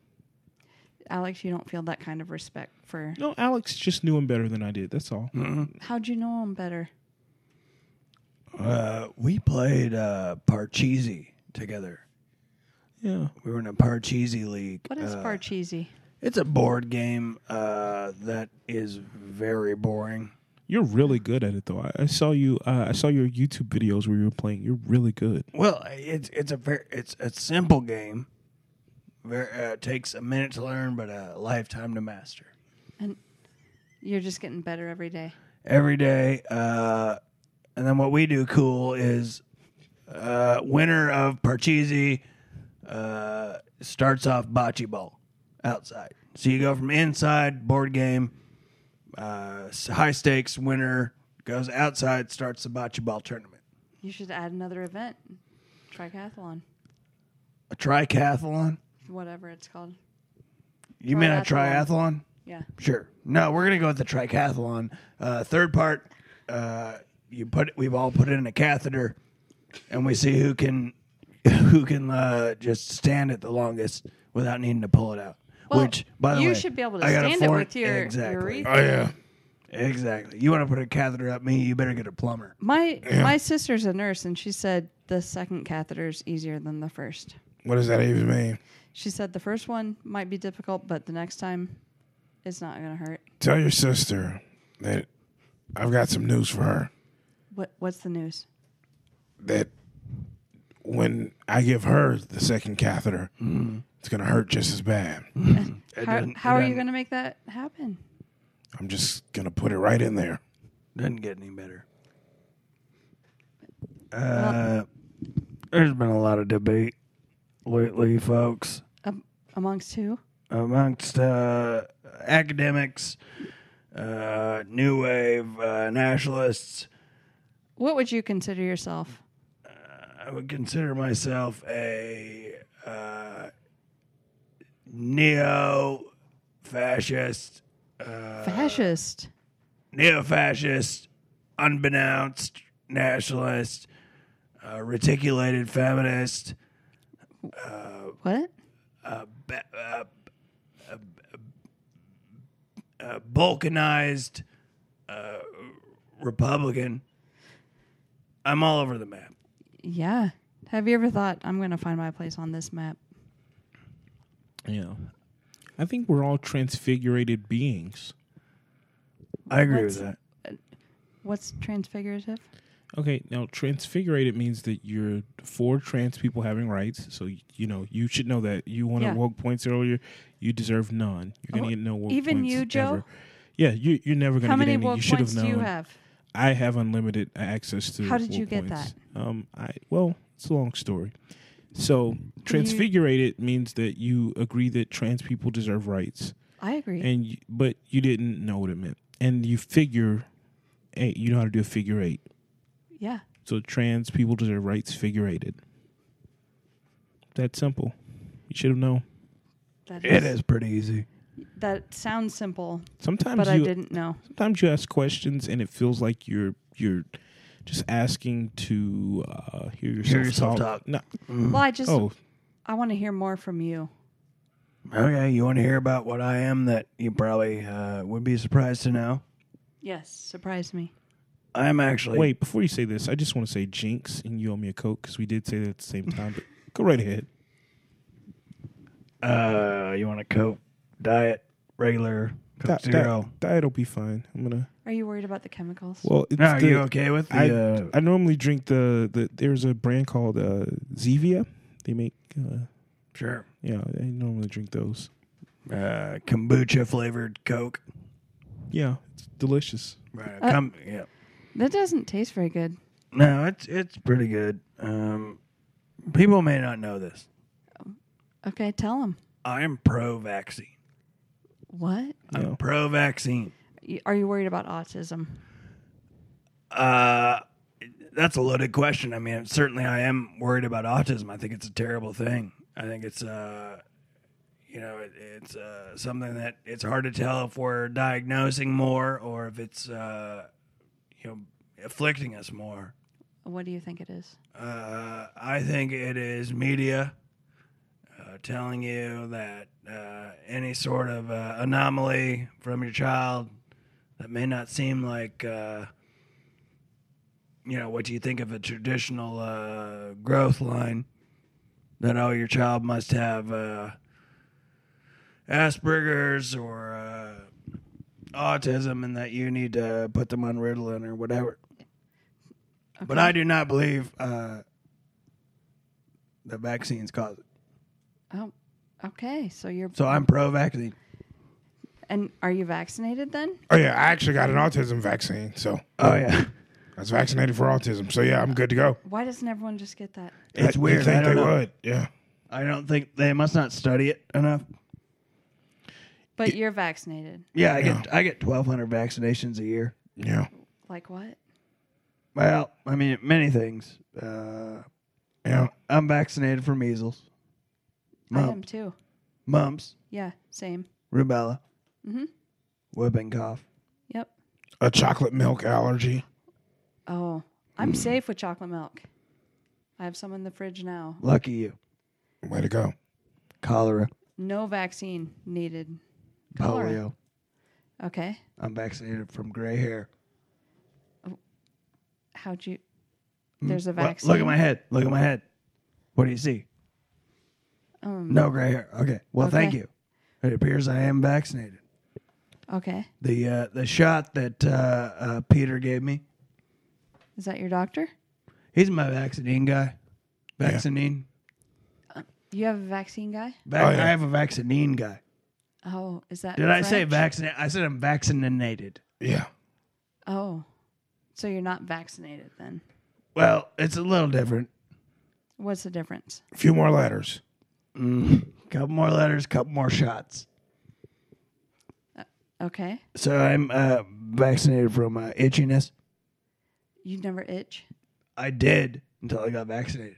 Alex, you don't feel that kind of respect for.
No, Alex just knew him better than I did. That's all.
How'd you know him better?
Uh, we played uh, Parcheesi together.
Yeah,
We were in a Parcheesi league.
What is
uh,
Parcheesi?
It's a board game uh, that is very boring.
you're really good at it though. I, I saw you. Uh, I saw your YouTube videos where you were playing. You're really good.
Well, it's it's a ver it's a simple game. Very, uh, takes a minute to learn, but a lifetime to master.
And you're just getting better every day.
Every day, uh, and then what we do cool is uh, winner of Parcheesi uh, starts off bocce ball outside. So you go from inside board game, uh, s- high stakes winner goes outside, starts the bocce ball tournament.
You should add another event, triathlon,
A triathlon.
whatever it's called.
You mean a
Triathlon.
triathlon?
Yeah.
Sure. No, we're gonna go with the tricathlon. Uh, third part, uh, you put we've all put in a catheter, and we see who can who can uh, just stand it the longest without needing to pull it out.
Well,
Which, by the
you
way,
should be able to
I got a
stand it
foreign-
with your- your
exactly
reef.
Oh yeah.
exactly. You want to put a catheter up me? You better get a plumber.
My my sister's a nurse, and she said the second catheter's easier than the first.
What does that even mean?
She said the first one might be difficult, but the next time, it's not gonna hurt.
Tell your sister that I've got some news for her.
What what's the news?
That when I give her the second catheter,
Mm.
it's gonna hurt just as bad.
How,
doesn't-
how
it
are you
doesn't-
gonna make that happen?
I'm just gonna put it right in there.
Doesn't get any better. Uh, there's been a lot of debate lately, folks.
Um, amongst who?
amongst uh, academics, uh, new wave uh, nationalists.
What would you consider yourself?
I would consider myself a uh, neo fascist, Uh,
Fascist.
neo fascist, unbeknownst nationalist, uh, reticulated feminist,
What?
ba- uh, uh, uh, balkanized uh, Republican. I'm all over the map.
Yeah. Have you ever thought I'm gonna find my place on this map?
Yeah, I think we're all transfigurated beings.
I agree
What's-
with that.
What's transfigurative?
Okay, now transfigurated means that you're for trans people having rights. So y- you know you should know that you wanted
Yeah.
woke points earlier. You deserve none. You're gonna
Oh,
get no woke
even
points
you, Joe?
ever. Yeah, you, you're never gonna
How
get
many
any.
woke
You should
points
have known.
do you have?
I have unlimited access to.
How did
war
you get
points. Um, I well, it's a long story. So, transfigurated means that you agree that trans people deserve rights,
I agree.
and you, but you didn't know what it meant, and you figure, eight, you know how to do a figure eight.
yeah.
So, trans people deserve rights. Figure eighted. That simple. You should have known.
That
It is pretty easy.
That sounds simple,
Sometimes
but I
you
didn't know.
sometimes you ask questions and it feels like you're you're just asking to uh, hear yourself,
yourself talk.
No,
Well, I just
oh,
I want to hear more from you.
Oh yeah, you want to hear about what I am that you probably uh, would be surprised to know?
Yes, surprise me.
I'm actually
wait. Before you say this, I just want to say Jinx and you owe me a coke because we did say that at the same time. But go right ahead.
Uh, you want a Coke diet, regular Coke
Di- di-
Zero?
diet will be fine. I'm gonna.
Are you worried about the chemicals?
Well, it's
Now, are
the-
you okay with the?
I,
uh,
I normally drink the, the There's a brand called uh, Zevia. They make. Uh,
sure.
yeah, I normally drink those.
Uh, kombucha flavored Coke.
Yeah, it's delicious.
Right.
Uh,
com- yeah.
that doesn't taste very good.
No, it's it's pretty good. Um, people may not know this.
Okay, tell them.
I am pro vaccine.
What?
Yeah.
I'm pro vaccine.
Y- Are you worried about autism?
Uh, that's a loaded question. I mean, certainly I am worried about autism. I think it's a terrible thing. I think it's, uh, you know, it, it's uh, something that it's hard to tell if we're diagnosing more or if it's, uh, you know, afflicting us more.
What do you think it is?
Uh, I think it is media uh, telling you that uh, any sort of uh, anomaly from your child that may not seem like, uh, you know, what you think of a traditional uh, growth line, that, oh, your child must have uh, Asperger's or uh, autism and that you need to put them on Ritalin or whatever. But I do not believe uh, the vaccines cause it.
Oh, okay. So you're
So I'm pro vaccine.
and are you vaccinated then?
Oh yeah, I actually got an autism vaccine, so
Oh, yeah.
I was vaccinated for autism. So yeah, I'm good to go.
Why doesn't everyone just get that?
It's
I- you'd
weird.
Think
I don't
they
know.
would. Yeah.
I don't think they must not study it enough.
But you're vaccinated.
Yeah, I get I get 1,200 vaccinations a year.
Yeah.
Like what?
Well, I mean, many things. Uh,
Yeah.
I'm vaccinated for measles,
I
Mom.
am too.
mumps,
Yeah, same.
rubella,
Mhm.
whooping cough.
Yep.
A chocolate milk allergy.
Mm.
Oh, I'm safe with chocolate milk. I have some in the fridge now.
Lucky you.
Way to go.
Cholera,
No vaccine needed. Cholera.
polio.
Okay.
I'm vaccinated from gray hair.
How'd you? There's a
Mm. Look-
vaccine.
Look at my head. Look at my head. What do you see?
Um,
No gray hair. Okay. Well, thank
Okay.
you. It appears I am vaccinated.
Okay.
The uh, the shot that uh, uh, Peter gave me.
Is that your doctor?
He's my vaccine guy. Vaccine.
You have a vaccine guy?
Vac-
Oh, yeah.
I have a vaccine guy.
Oh, is that?
Did I say
French?
vaccinate? I said I'm vaccinated.
Yeah.
Oh, so you're not vaccinated then?
Well, it's a little different.
What's the difference?
A few more letters.
Mm. Couple more letters, couple more shots.
Okay.
So I'm uh, vaccinated from uh, itchiness.
You never itch.
I did until I got vaccinated.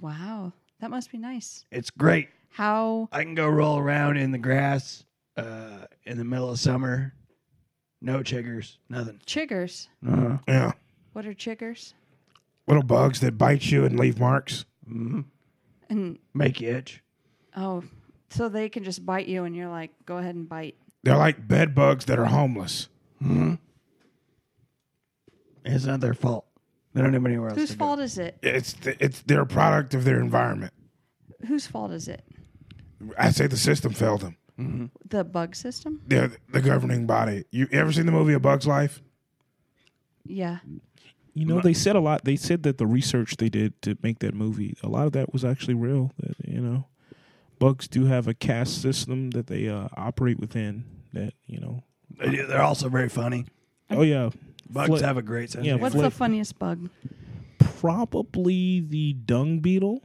Wow, that must be nice.
It's great.
How?
I can go roll around in the grass uh, in the middle of summer. No chiggers, nothing.
Chiggers.
Uh-huh.
Yeah.
What are chiggers?
Little bugs that bite you and leave marks.
And
Make you itch.
oh, so they can just bite you, and you're like, go ahead and bite.
They're like bed bugs that are homeless.
It's not their fault. They don't have anywhere else.
Whose
to
fault is it?
It's th- it's they're a product of their environment.
Whose fault is it?
I say the system failed them.
The bug system?
They're the governing body. You ever seen the movie A Bug's Life?
Yeah.
You know, they said a lot. They said that the research they did to make that movie, a lot of that was actually real. That you know, bugs do have a caste system that they uh, operate within. That you know,
They do. They're also very funny.
oh yeah,
Bugs
Flip.
have a great sense.
Yeah,
of
What's
humor.
the
Flip.
funniest bug?
Probably the dung beetle.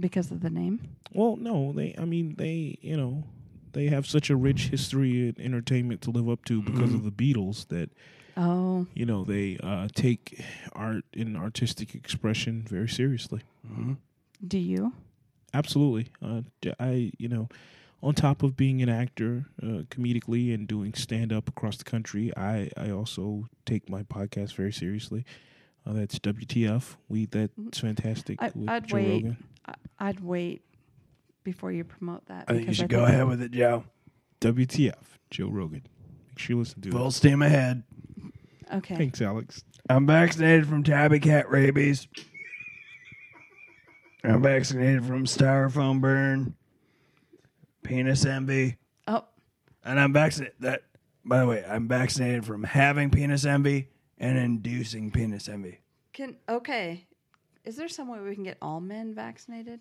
Because of the name?
Well, no, they. I mean, they. You know, they have such a rich history and entertainment to live up to because of the Beatles that
Oh,
you know they uh, take art and artistic expression very seriously.
do you?
Absolutely, uh, d- I. You know, on top of being an actor uh, comedically and doing stand up across the country, I I also take my podcast very seriously. Uh, that's WTF. We that's fantastic
Mm-hmm. I,
with
I'd
Joe
wait.
Rogan.
I, I'd wait before you promote that.
I think you
because
should go ahead with it, Joe.
WTF, Joe Rogan. Make sure you listen to
Full
it.
steam ahead.
Okay.
Thanks, Alex.
I'm vaccinated from tabby cat rabies. I'm vaccinated from styrofoam burn, penis envy,
Oh,
and I'm vaccinated. That, by the way, I'm vaccinated from having penis envy and inducing penis envy.
can okay. Is there some way we can get all men vaccinated?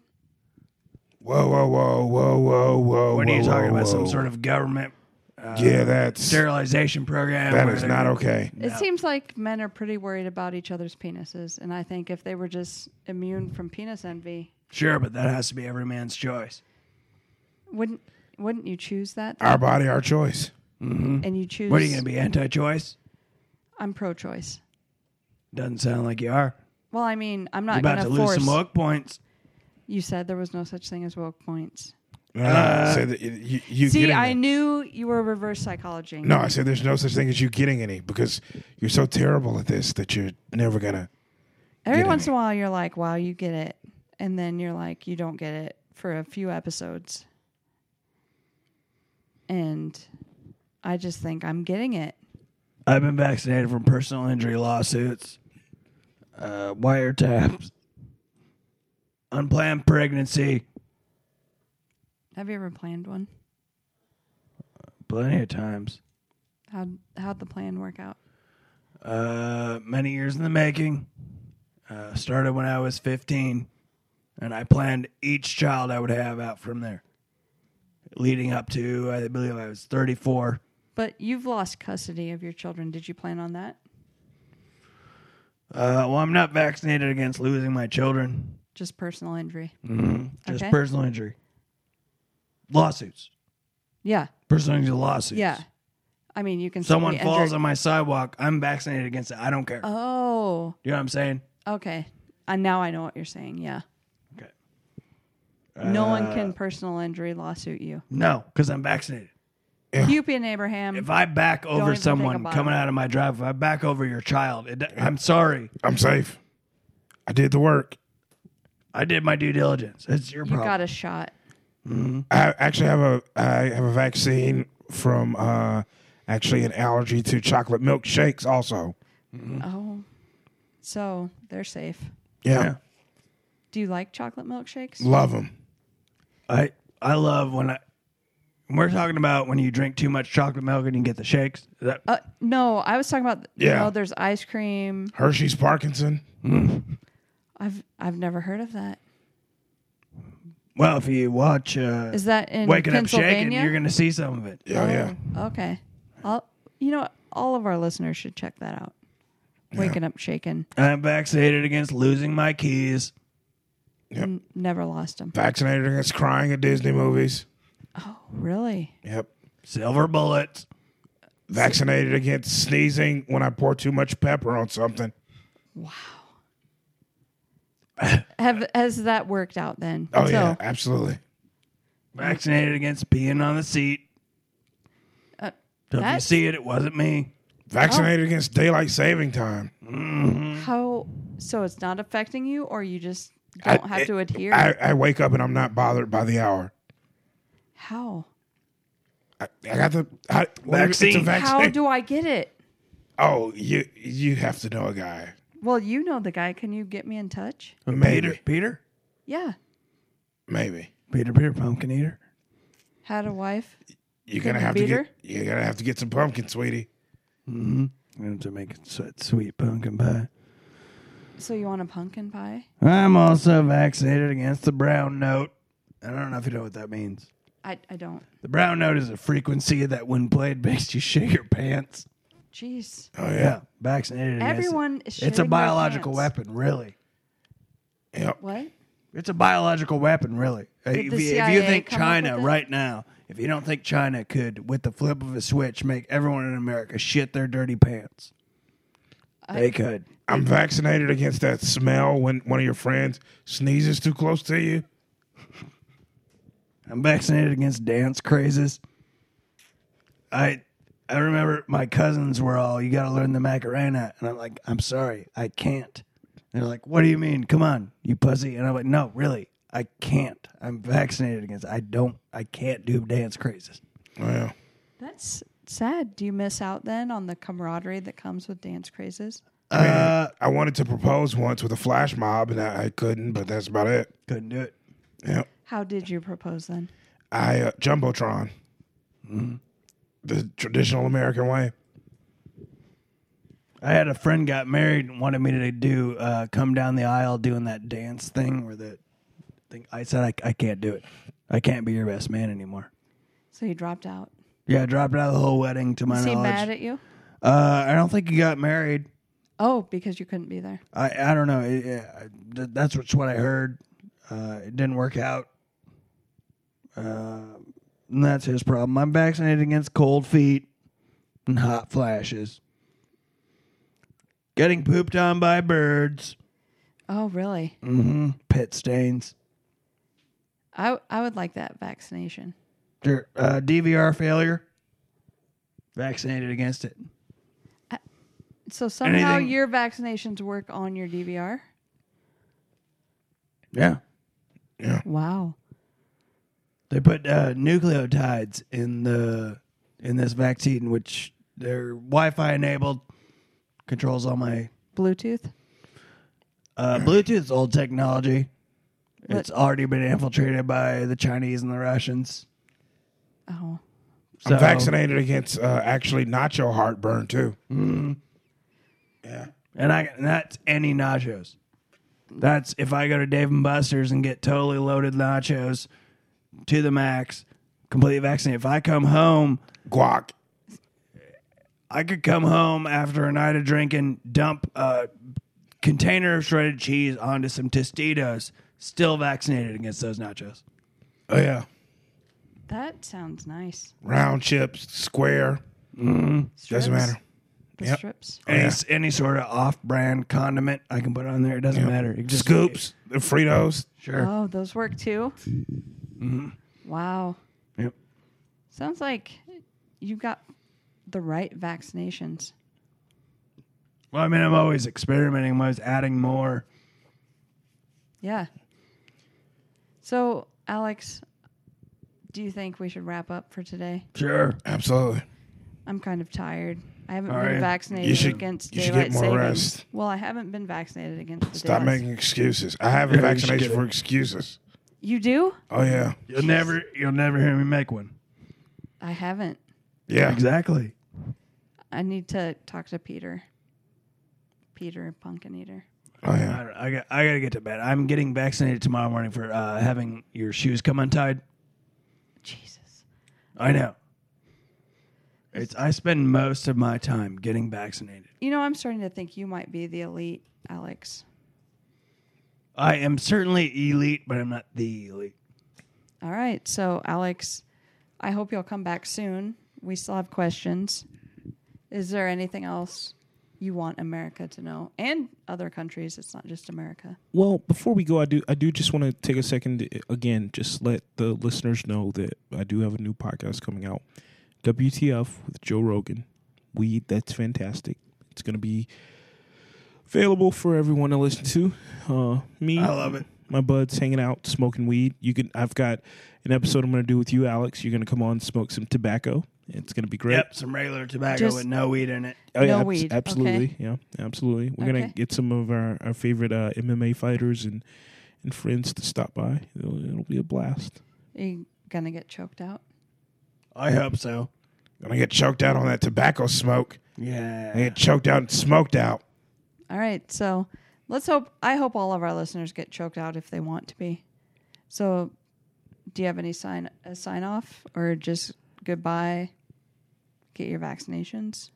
Whoa, whoa, whoa, whoa, whoa, whoa.
What are you
whoa,
talking about?
whoa.
Some sort of government uh,
Yeah, that's
sterilization program?
that
where
is
they're
not
gonna-
okay.
It seems like men are pretty worried about each other's penises, and I think if they were just immune from penis envy,
Sure, but that has to be every man's choice.
wouldn't wouldn't you choose that?
Our body, our choice. Mm-hmm.
and you choose.
What are you going to be anti-choice?
I'm pro-choice.
Doesn't sound like you are.
Well, I mean, I'm
You're
not
about
going to
to lose
force.
some woke points.
You said there was no such thing as woke points.
No, no,
Uh,
I said that you, you you
See,
getting
I
them.
knew you were reverse psychology.
No, I said there's no such thing as you getting any because you're so terrible at this that you're never gonna.
Every
Get it.
once in a while, you're like, wow, you get it. And then you're like, you don't get it for a few episodes. And I just think I'm getting it.
I've been vaccinated from personal injury lawsuits, uh, wiretaps, unplanned pregnancy,
Have you ever planned one?
plenty of times,
How how'd the plan work out?
uh, many years in the making. Uh, started when I was 15, and I planned each child I would have out from there. Leading up to, I believe I was 34.
But you've lost custody of your children. Did you plan on that?
Uh, well, I'm not vaccinated against losing my children, Mm-hmm.
Just personal injury.
just
Okay.
personal injury. Lawsuits.
Yeah.
Personal injury lawsuits.
Yeah. I mean, you can still
Someone
be
falls
injured.
on my sidewalk, I'm vaccinated against it. I don't care.
Oh,
you know what I'm saying?
okay. And now I know what you're saying. Yeah.
Okay.
no one
Uh,
can personal injury lawsuit you.
No, because I'm vaccinated.
Cupid and Abraham.
If I back over
even think
someone
about
coming
it.
out of my drive, if I back over your child, it, I'm sorry.
I'm safe. I did the work.
I did my due diligence. It's your
you
problem.
got a shot.
I actually have a I have a vaccine from uh, actually an allergy to chocolate milkshakes. Also,
Oh, so they're safe.
yeah,
Yeah.
Do you like chocolate milkshakes?
love them.
I I love when I. when We're talking about when you drink too much chocolate milk and you get the shakes. Is That,
Uh, no, I was talking about. You
Yeah.
know, there's ice cream.
Hershey's Parkinson.
I've I've never heard of that.
well, if you watch uh,
Is that in
Waking Up
Pennsylvania?
Shaking, you're going to see some of it.
Yeah, yeah.
Oh, okay. I'll, you know, what? all of our listeners should check that out. Waking up shaken,
I'm vaccinated against losing my keys.
N- never lost them.
Vaccinated against crying at Disney movies.
Really?
Yep.
Silver bullets.
Vaccinated against sneezing when I pour too much pepper on something.
Have has that worked out then?
Oh
so,
yeah, absolutely.
vaccinated against peeing on the seat.
Uh,
So if you
that's-
see it, it wasn't me.
Vaccinated against daylight saving time.
How? So it's not affecting you, or you just don't have
it-
to adhere?
I, I wake up and I'm not bothered by the hour.
How?
I, I got the I, It's a
Vaccine.
vaccine.
How do I get it?
oh, you you have to know a guy.
Well, you know the guy. Can you get me in touch?
Maybe.
Peter, Peter,
Yeah.
Maybe
Peter, Peter, pumpkin eater.
Had a wife.
you're gonna have
Peter?
to get you're gonna have to get some pumpkin, sweetie.
I'm going to make sweet, sweet pumpkin pie.
So you want a pumpkin pie?
I'm also vaccinated against the brown note. I don't know if you know what that means.
I, I don't.
The brown note is a frequency that, when played, makes you shit your pants.
Jeez.
Oh
Yeah,
yeah.
vaccinated. against it.
Everyone is
It's a
shitting their
biological
pants.
weapon, really.
Yep.
What?
It's a biological weapon, really. Uh, If,
the
you- if you
CIA
think
come up
China
with it?
right now, if you don't think China could, with the flip of a switch, make everyone in America shit their dirty pants, they could.
I'm vaccinated against that smell when one of your friends sneezes too close to you.
I'm vaccinated against dance crazes. I I remember my cousins were all, you got to learn the Macarena. And I'm like, I'm sorry, I can't. And they're like, what do you mean? Come on, you pussy. And I'm like, no, really, I can't. I'm vaccinated against, I don't, I can't do dance crazes.
Well,
That's sad. Do you miss out then on the camaraderie that comes with dance crazes?
I, mean, I wanted to propose once with a flash mob, and I, I couldn't. But that's about it.
Couldn't do it.
Yep.
How did you propose then?
I uh, jumbotron,
Mm-hmm.
the traditional American way.
I had a friend got married and wanted me to do uh, come down the aisle doing that dance thing where the thing. I said I, I can't do it. I can't be your best man anymore.
So you dropped out.
Yeah, I dropped out of the whole wedding to my
Is he
knowledge.
mad at you?
uh, I don't think he got married.
Oh, because you couldn't be there.
I I don't know. It- yeah, I- th- that's what's what I heard. Uh, it didn't work out. Uh, and that's his problem. I'm vaccinated against cold feet and hot flashes. Getting pooped on by birds.
Oh, really?
Mm-hmm. Pit stains.
I I would like that vaccination.
Sure. Uh, DVR failure. Vaccinated against it.
So somehow
Anything-
your vaccinations work on your DVR.
Yeah.
Wow.
They put uh, nucleotides in the in this vaccine, which they're Wi-Fi enabled. Controls all my
Bluetooth.
uh, Bluetooth. Old technology.
What-
It's already been infiltrated by the Chinese and the Russians.
Oh,
So-
I'm vaccinated against uh, actually nacho heartburn too. Yeah.
And I and that's any nachos. That's if I go to Dave and Buster's and get totally loaded nachos to the max, completely vaccinated. If I come home,
Guac.
I could come home after a night of drinking, dump a container of shredded cheese onto some Tostitos, still vaccinated against those nachos.
Oh yeah.
that sounds nice.
Round chips, square.
Strips?
matter.
The
Yep.
strips.
Any,
Yeah.
any sort of off-brand condiment I can put on there, it doesn't matter. It just-
Scoops, the Fritos.
Sure.
Oh, those work too.
Mm-hmm.
Wow.
Yep.
Sounds like you got the right vaccinations.
Well, I mean, I'm always experimenting. I'm always adding more.
Yeah. So, Alex, do you think we should wrap up for today?
Sure.
Absolutely.
I'm kind of tired. I haven't
All
been
right.
vaccinated
You should-
against
you should
daylight
get more
savings.
rest.
Well, I haven't been vaccinated against the
Stop
daylight-
making excuses. I have a
Yeah, you should get
vaccination
it.
for excuses.
You do?
Oh yeah.
You'll never, you'll never hear me make one.
I haven't.
Yeah.
Exactly.
I need to talk to Peter. Peter Pumpkin Eater.
Oh
I,
yeah.
don't- I got, I gotta get to bed. I'm getting vaccinated tomorrow morning for uh, having your shoes come untied.
Jesus.
I know. It's I spend most of my time getting vaccinated.
You know, I'm starting to think you might be the elite, Alex.
I am certainly elite, but I'm not the elite.
All right. So, Alex, I hope you'll come back soon. We still have questions. Is there anything else you want America to know and other countries? It's not just America.
Well, before we go, I do I do just want to take a second to, again, just let the listeners know that I do have a new podcast coming out, WTF with Joe Rogan. We that's fantastic. It's going to be available for everyone to listen to. Uh, me,
I love it.
My buds hanging out, smoking weed. You can. I've got an episode I'm going to do with you, Alex. You're going to come on, smoke some tobacco. It's going to be great.
Yep, some regular tobacco
Just-
with no weed in it.
Oh, yeah,
No
abs-
weed.
Absolutely.
Okay.
Yeah, absolutely. We're going
Okay.
to get some of our, our favorite uh, MMA fighters and, and friends to stop by. It'll, it'll be a blast.
Are you going to get choked out?
I hope so.
Gonna get choked out on that tobacco smoke. I
Yeah.
get choked out and smoked out.
All right. So, let's hope I hope all of our listeners get choked out if they want to be. So, do you have any sign a sign off or just goodbye? Get your vaccinations.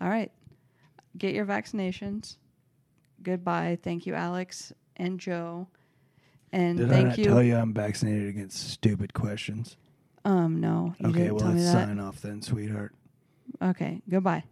All right. Get your vaccinations. Goodbye. Thank you, Alex and Joe. And
Did I
thank
not
you.
tell you I'm vaccinated against stupid questions?
Um, no, you
okay,
didn't
well
tell me
let's
that.
sign off then, sweetheart.
Okay, goodbye.